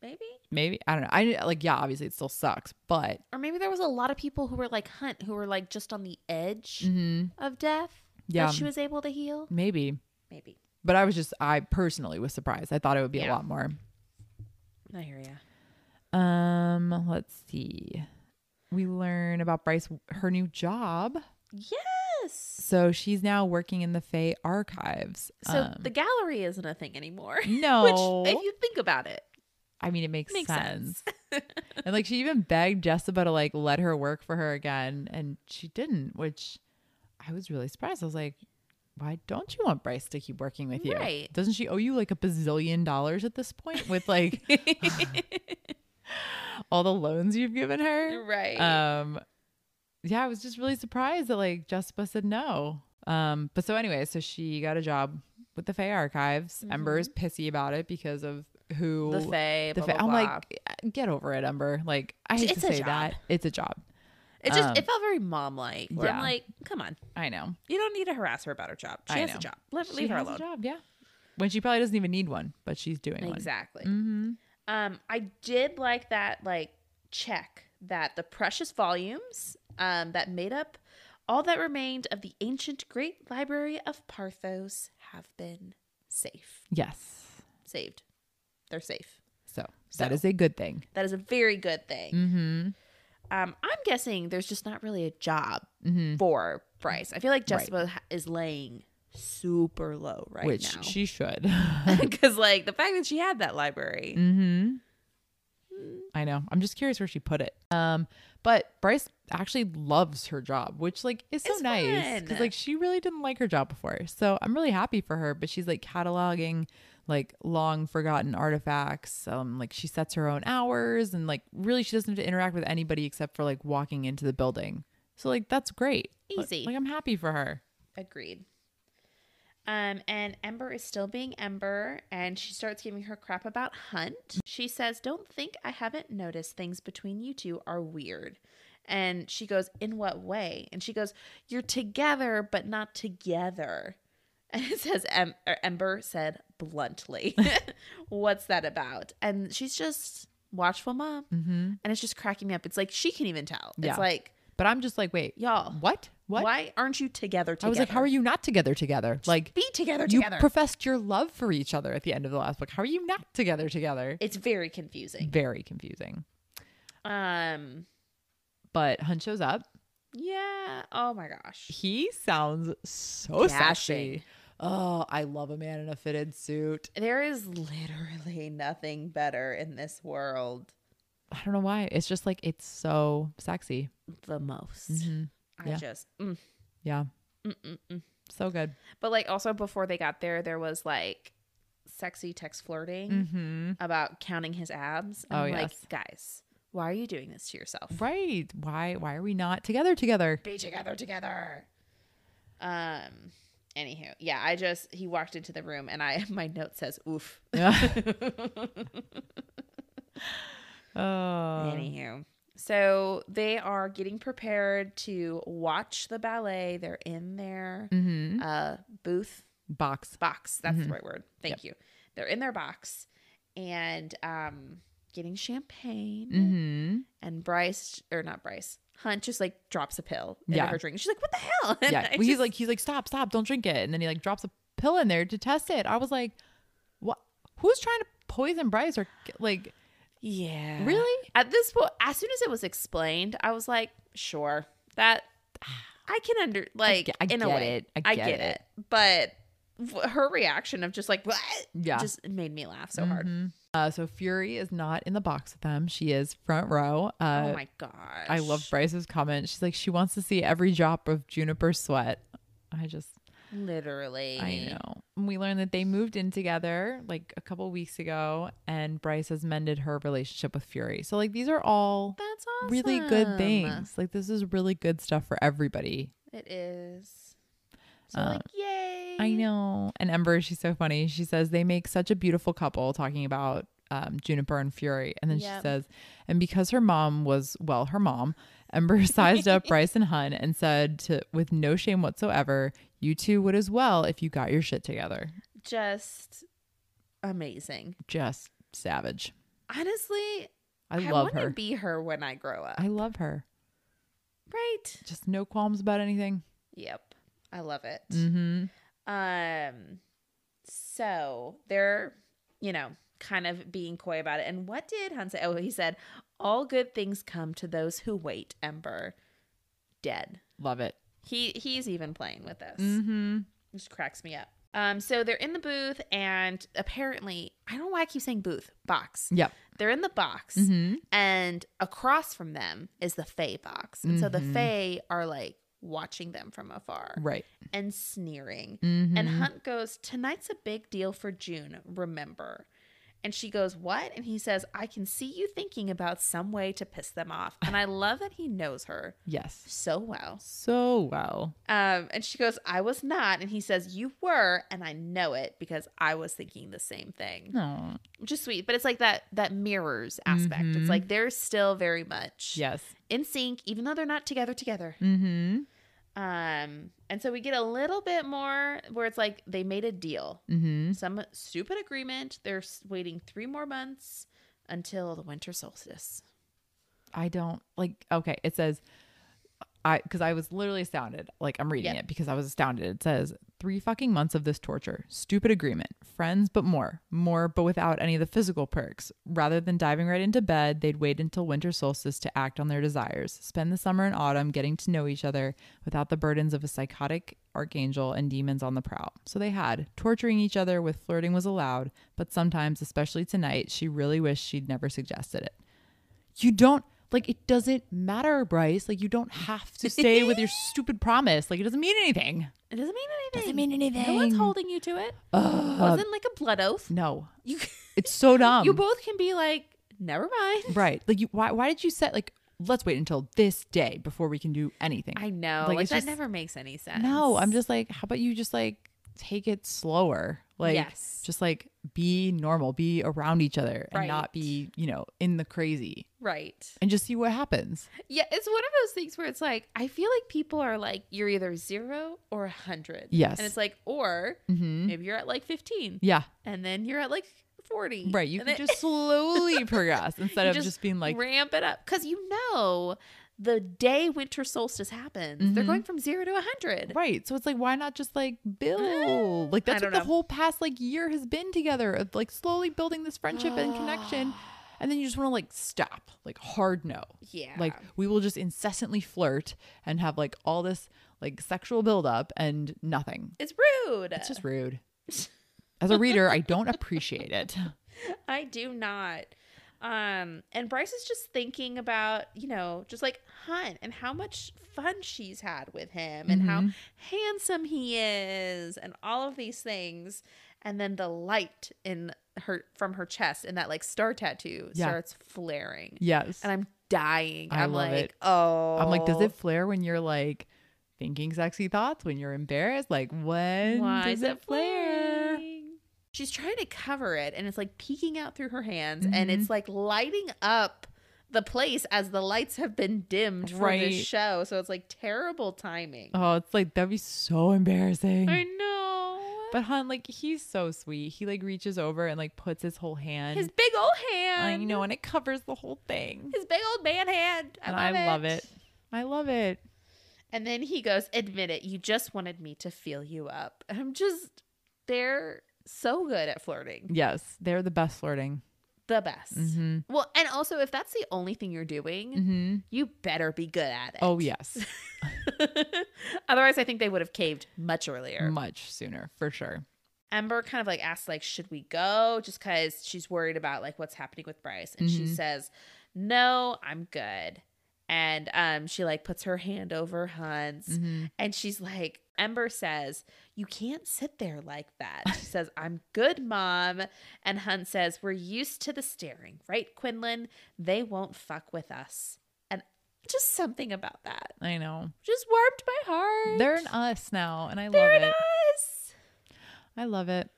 Speaker 2: Maybe,
Speaker 1: Maybe I don't know. I like yeah, obviously it still sucks, but
Speaker 2: or maybe there was a lot of people who were like Hunt, who were like just on the edge
Speaker 1: mhm,
Speaker 2: of death.
Speaker 1: Yeah.
Speaker 2: that she was able to heal.
Speaker 1: maybe.
Speaker 2: Maybe.
Speaker 1: But I was just I personally was surprised. I thought it would be a
Speaker 2: Yeah.
Speaker 1: lot more.
Speaker 2: I hear ya.
Speaker 1: Um, let's see. We learn about Bryce her new job.
Speaker 2: Yes.
Speaker 1: So she's now working in the Fay archives.
Speaker 2: So
Speaker 1: Um,
Speaker 2: the gallery isn't a thing anymore.
Speaker 1: no.
Speaker 2: Which, if you think about it,
Speaker 1: I mean, it makes,
Speaker 2: makes
Speaker 1: sense.
Speaker 2: sense.
Speaker 1: and like, she even begged Jessica to like let her work for her again, and she didn't, which I was really surprised. I was like, why don't you want Bryce to keep working with you?
Speaker 2: Right.
Speaker 1: Doesn't she owe you like a bazillion dollars at this point with like all the loans you've given her?
Speaker 2: right.
Speaker 1: Um, yeah, I was just really surprised that like Jessica said no. Um, but so anyway, so she got a job with the Fay Archives. Ember's pissy about it because of who
Speaker 2: Mm-hmm. the Fae.
Speaker 1: the
Speaker 2: blah,
Speaker 1: fa-
Speaker 2: blah,
Speaker 1: I'm
Speaker 2: blah.
Speaker 1: like, "Eh, get over it, Ember. Like, I hate to
Speaker 2: It's a
Speaker 1: say
Speaker 2: job.
Speaker 1: that. It's a job.
Speaker 2: it just
Speaker 1: um,
Speaker 2: it felt very mom like. Where I'm
Speaker 1: yeah.
Speaker 2: like, come on,
Speaker 1: I know.
Speaker 2: you don't need to harass her about her job. She
Speaker 1: I
Speaker 2: has
Speaker 1: know.
Speaker 2: a job. Let,
Speaker 1: She
Speaker 2: leave her
Speaker 1: has
Speaker 2: alone.
Speaker 1: A job, yeah. When she probably doesn't even need one, Mm. Mm-hmm. but she's doing
Speaker 2: Exactly.
Speaker 1: one.
Speaker 2: Um, I did like that like check that the precious volumes um, that made up all that remained of the ancient great library of Parthos have been safe.
Speaker 1: hmm Yes.
Speaker 2: Saved. They're safe.
Speaker 1: So,
Speaker 2: So.
Speaker 1: that is a good thing.
Speaker 2: That is a very good thing.
Speaker 1: Mm-hmm.
Speaker 2: Um, I'm guessing there's just not really a job
Speaker 1: Mm-hmm.
Speaker 2: for Bryce. I feel like
Speaker 1: Right.
Speaker 2: Jessica ha is laying super low right
Speaker 1: Which
Speaker 2: now.
Speaker 1: she should.
Speaker 2: Because like the fact that she had that library,
Speaker 1: mm-hmm. I know. I'm just curious where she put it. Um, but Bryce actually loves her job, which like is so
Speaker 2: It's
Speaker 1: nice
Speaker 2: fun.
Speaker 1: because like she really didn't like her job before. So I'm really happy for her. But she's like cataloging like long forgotten artifacts. Um, like she sets her own hours and like really she doesn't have to interact with anybody except for like walking into the building. So like that's great. Like-
Speaker 2: Easy.
Speaker 1: Like, I'm happy for her.
Speaker 2: agreed. Um, and Ember is still being Ember, and she starts giving her crap about Hunt. She says, Don't think I haven't noticed things between you two are weird. And she goes, In what way? And she goes, You're together, but not together. And it says, em- or Ember said bluntly, What's that about? And she's just watchful mom.
Speaker 1: Mm-hmm.
Speaker 2: And it's just cracking me up. It's like she can even tell.
Speaker 1: Yeah.
Speaker 2: It's like,
Speaker 1: But I'm just like, wait,
Speaker 2: Y'all,
Speaker 1: what? What?
Speaker 2: why aren't you together together?
Speaker 1: I was like, how are you not together together? Like,
Speaker 2: Be together
Speaker 1: you
Speaker 2: together.
Speaker 1: professed your love for each other at the end of the last book. How are you not together together?
Speaker 2: it's very confusing.
Speaker 1: Very confusing.
Speaker 2: Um,
Speaker 1: But Hunt shows up.
Speaker 2: Yeah. Oh my gosh.
Speaker 1: He sounds so
Speaker 2: Dashing.
Speaker 1: sassy. Oh, I love a man in a fitted suit.
Speaker 2: There is literally nothing better in this world.
Speaker 1: I don't know why. It's just like it's so sexy.
Speaker 2: The most.
Speaker 1: Mhm.
Speaker 2: I
Speaker 1: Yeah.
Speaker 2: just. Mm,
Speaker 1: Yeah,
Speaker 2: mm, mm, mm.
Speaker 1: so good.
Speaker 2: But like, also before they got there, there was like sexy text flirting
Speaker 1: Mm-hmm.
Speaker 2: about counting his abs. And
Speaker 1: Oh,
Speaker 2: I'm
Speaker 1: yes.
Speaker 2: like, guys, why are you doing this to yourself?
Speaker 1: Right? Why? Why are we not together together?
Speaker 2: Be together, together. Um. Anywho, yeah, I just he walked into the room and I my note says oof.
Speaker 1: oh,
Speaker 2: Anywho, so they are getting prepared to watch the ballet. They're in their
Speaker 1: hmm
Speaker 2: uh, booth
Speaker 1: box.
Speaker 2: box. That's
Speaker 1: Mhm.
Speaker 2: the right word. Thank you. They're in their box and um, getting champagne.
Speaker 1: Mm-hmm.
Speaker 2: And Bryce, or not Bryce, Hunt just like drops a pill into
Speaker 1: Yeah.
Speaker 2: her drink. She's like, "What the hell?" And
Speaker 1: yeah.
Speaker 2: I
Speaker 1: Well, he's
Speaker 2: just-
Speaker 1: like, he's like, stop, stop, don't drink it. And then he like drops a pill in there to test it. I was like, what? Who's trying to poison Bryce or like
Speaker 2: "Yeah,
Speaker 1: really?
Speaker 2: At this point, as soon as it was explained, I was like, "Sure, that I can under like
Speaker 1: ge- I
Speaker 2: in a
Speaker 1: get
Speaker 2: way,
Speaker 1: it. I get it.
Speaker 2: But w- her reaction of just like what,
Speaker 1: Yeah.
Speaker 2: just made me laugh so hard.
Speaker 1: Mhm. Uh, so Fury is not in the box with them. She is front row. Uh,
Speaker 2: oh my gosh,
Speaker 1: I love Bryce's comment. She's like, she wants to see every drop of Juniper sweat. I just,
Speaker 2: literally.
Speaker 1: I know. And We learned that they moved in together like a couple weeks ago, and Bryce has mended her relationship with Fury. So, like, these are all
Speaker 2: That's awesome.
Speaker 1: really good things. Like, this is really good stuff for everybody.
Speaker 2: It is. So
Speaker 1: Uh,
Speaker 2: like, yay!
Speaker 1: I know. And Ember, she's so funny. She says they make such a beautiful couple talking about um, Juniper and Fury. And then
Speaker 2: Yep.
Speaker 1: she says, and because her mom was, well, her mom, Ember sized up Bryce and Hun and said, to, with no shame whatsoever, you two would as well if you got your shit together.
Speaker 2: Just amazing.
Speaker 1: Just savage.
Speaker 2: Honestly,
Speaker 1: I, love
Speaker 2: want
Speaker 1: her.
Speaker 2: to be her when I grow up.
Speaker 1: I love her.
Speaker 2: right?
Speaker 1: Just no qualms about anything.
Speaker 2: Yep. I love it.
Speaker 1: Mm-hmm.
Speaker 2: Um, so they're, you know, kind of being coy about it. And what did Hun say? Oh, he said, "All good things come to those who wait." Ember, dead.
Speaker 1: Love it.
Speaker 2: He he's even playing with this.
Speaker 1: Mm-hmm.
Speaker 2: Just cracks me up. Um, so they're in the booth, and apparently, I don't know why I keep saying booth box.
Speaker 1: Yep.
Speaker 2: They're in the box,
Speaker 1: Mm-hmm.
Speaker 2: and across from them is the Fey box, and so the
Speaker 1: Mhm.
Speaker 2: Fey are like watching them from afar
Speaker 1: Right.
Speaker 2: and sneering.
Speaker 1: Mm-hmm.
Speaker 2: And Hunt goes, Tonight's a big deal for June, remember. And she goes, What? And he says, I can see you thinking about some way to piss them off. And I love that he knows her
Speaker 1: yes.
Speaker 2: so well.
Speaker 1: So well.
Speaker 2: Um, and she goes, I was not. And he says, You were. And I know it because I was thinking the same thing,
Speaker 1: No.
Speaker 2: which is sweet. But it's like that, that mirrors aspect.
Speaker 1: Mhm.
Speaker 2: It's like they're still very much
Speaker 1: Yes.
Speaker 2: in sync, even though they're not together together.
Speaker 1: Mm-hmm.
Speaker 2: Um, and so we get a little bit more where it's like they made a deal.
Speaker 1: Mm-hmm.
Speaker 2: some stupid agreement. They're s- waiting three more months until the winter solstice.
Speaker 1: I don't like. Okay, it says, I because I was literally astounded. Like I'm reading
Speaker 2: Yep.
Speaker 1: it because I was astounded. It says three fucking months of this torture, stupid agreement, friends but more, more but without any of the physical perks. Rather than diving right into bed, they'd wait until winter solstice to act on their desires. Spend the summer and autumn getting to know each other without the burdens of a psychotic archangel and demons on the prowl. So they had torturing each other with flirting was allowed, but sometimes, especially tonight, she really wished she'd never suggested it you don't like it doesn't matter bryce like you don't have to stay with your stupid promise like it doesn't mean anything
Speaker 2: It doesn't mean anything.
Speaker 1: doesn't mean
Speaker 2: No one's
Speaker 1: anything Uh,
Speaker 2: holding you to it.
Speaker 1: Ugh.
Speaker 2: Wasn't like a blood oath.
Speaker 1: no
Speaker 2: You
Speaker 1: it's so dumb
Speaker 2: you both can be like, never mind.
Speaker 1: right like you why, why did you set like let's wait until this day before we can do anything
Speaker 2: I know.
Speaker 1: Like,
Speaker 2: Like,
Speaker 1: it's
Speaker 2: that
Speaker 1: just-
Speaker 2: never makes any sense.
Speaker 1: no i'm just like how about you just like take it slower. Like
Speaker 2: yes.
Speaker 1: just like be normal, be around each other and
Speaker 2: Right.
Speaker 1: not be, you know, in the crazy
Speaker 2: right.
Speaker 1: and just see what happens.
Speaker 2: Yeah, it's one of those things where it's like I feel like people are like you're either 0 or a 100.
Speaker 1: Yes.
Speaker 2: And it's like or
Speaker 1: Mm-hmm.
Speaker 2: maybe you're at like 15
Speaker 1: Yeah.
Speaker 2: and then you're at like 40.
Speaker 1: Right. You
Speaker 2: and
Speaker 1: can
Speaker 2: then-
Speaker 1: just slowly progress instead
Speaker 2: You
Speaker 1: of
Speaker 2: just
Speaker 1: just, being like,
Speaker 2: ramp it up cuz you know the day winter solstice happens, they're
Speaker 1: Mhm.
Speaker 2: going from 0 to a 100.
Speaker 1: right. So it's like, why not just like build? Like
Speaker 2: Mm. I
Speaker 1: that's
Speaker 2: don't
Speaker 1: what
Speaker 2: know.
Speaker 1: the whole past like year has been together of like slowly building this friendship and connection. And then you just want to like stop, like hard no.
Speaker 2: Yeah.
Speaker 1: Like we will just incessantly flirt and have like all this like sexual buildup and nothing.
Speaker 2: it's rude.
Speaker 1: It's just rude. As a reader, I don't appreciate it.
Speaker 2: I do not. Um, and Bryce is just thinking about, you know, just like Hunt and how much fun she's had with him and how
Speaker 1: Mm-hmm.
Speaker 2: handsome he is and all of these things. And then the light in her from her chest and that like star tattoo
Speaker 1: Yeah.
Speaker 2: starts flaring.
Speaker 1: Yes.
Speaker 2: And I'm dying.
Speaker 1: I
Speaker 2: I'm
Speaker 1: love
Speaker 2: like,
Speaker 1: it.
Speaker 2: oh
Speaker 1: I'm like, does it flare when you're like thinking sexy thoughts, when you're embarrassed? Like, when
Speaker 2: Why
Speaker 1: does it flare?
Speaker 2: flaring? She's trying to cover it and it's like peeking out through her hands and
Speaker 1: Mhm.
Speaker 2: it's like lighting up the place as the lights have been dimmed for
Speaker 1: Right.
Speaker 2: this show. So it's like terrible timing.
Speaker 1: Oh, it's like, that'd be so embarrassing.
Speaker 2: I know.
Speaker 1: But, hon, like, he's so sweet. He like reaches over and like puts his whole hand.
Speaker 2: his big old
Speaker 1: I
Speaker 2: hand.
Speaker 1: know, and it covers the whole thing.
Speaker 2: His big old man hand. I
Speaker 1: and
Speaker 2: love,
Speaker 1: I
Speaker 2: it.
Speaker 1: love it. I love it.
Speaker 2: And then he goes, Admit it, you just wanted me to feel you up. And I'm just, they're so good at flirting.
Speaker 1: Yes, they're the best flirting.
Speaker 2: The best.
Speaker 1: Mm-hmm.
Speaker 2: Well, and also, if that's the only thing you're doing,
Speaker 1: Mm-hmm.
Speaker 2: you better be good at it.
Speaker 1: Oh, yes.
Speaker 2: Otherwise, I think they would have caved much earlier.
Speaker 1: Much sooner, for sure.
Speaker 2: Ember kind of like asks, like, should we go? Just because she's worried about like what's happening with Bryce, and she
Speaker 1: Mhm.
Speaker 2: says, "No, I'm good." And um, she like puts her hand over Hunt's,
Speaker 1: Mm-hmm.
Speaker 2: and she's like, Ember says, "You can't sit there like that." She says, "I'm good, mom." And Hunt says, "We're used to the staring, right, Quinlan? They won't fuck with us." And just something about that
Speaker 1: I know.
Speaker 2: just warmed my heart.
Speaker 1: They're in us now, and I love
Speaker 2: They're
Speaker 1: it.
Speaker 2: in us.
Speaker 1: I love it.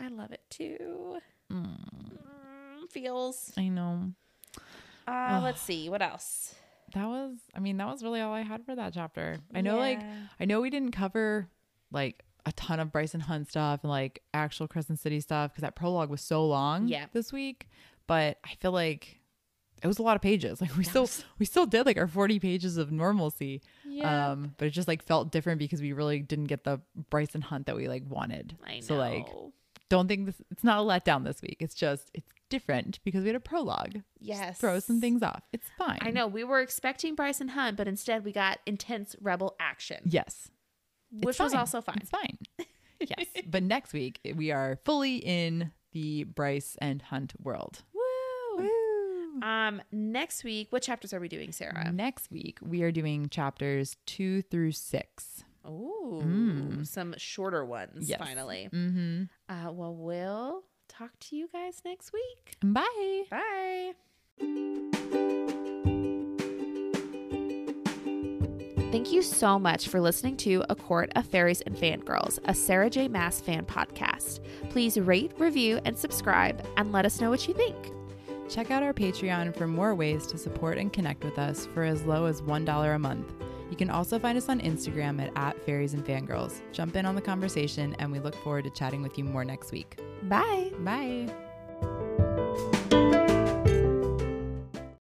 Speaker 2: I love it too.
Speaker 1: Mm,
Speaker 2: Mm, feels.
Speaker 1: I know.
Speaker 2: Uh,
Speaker 1: Ugh.
Speaker 2: let's see what else.
Speaker 1: That was, I mean, that was really all I had for that chapter. I know, like, I know we didn't cover like a ton of Bryson Hunt stuff and like actual Crescent City stuff because that prologue was so long
Speaker 2: Yeah.
Speaker 1: this week, but I feel like it was a lot of pages. Like we
Speaker 2: That
Speaker 1: still
Speaker 2: was-
Speaker 1: we still did like our 40 pages of normalcy.
Speaker 2: yeah.
Speaker 1: Um but it just like felt different because we really didn't get the Bryson Hunt that we like wanted.
Speaker 2: I know.
Speaker 1: So like don't think this it's not a letdown this week. It's just it's different because we had a prologue.
Speaker 2: yes,
Speaker 1: throw some things off. It's fine.
Speaker 2: I know we were expecting Bryson Hunt, but instead we got intense rebel action,
Speaker 1: Yes. it's
Speaker 2: which was
Speaker 1: fine.
Speaker 2: also fine.
Speaker 1: It's fine. yes. But next week we are fully in the Bryce and Hunt world.
Speaker 2: Woo! Um, next week, what chapters are we doing, Sarah?
Speaker 1: Next week we are doing chapters two through six.
Speaker 2: Ooh,
Speaker 1: Mm.
Speaker 2: some shorter ones.
Speaker 1: Yes.
Speaker 2: Finally.
Speaker 1: Mm-hmm.
Speaker 2: Uh, well, we'll talk to you guys next week.
Speaker 1: Bye.
Speaker 2: Bye. Thank you so much for listening to A Court of Fairies and Fangirls, a Sarah J. Mass fan podcast. Please rate, review, and subscribe, and let us know what you think.
Speaker 1: Check out our Patreon for more ways to support and connect with us for as low as $1 a month. You can also find us on Instagram at, at fairies and fangirls. Jump in on the conversation and we look forward to chatting with you more next week.
Speaker 2: Bye.
Speaker 1: Bye.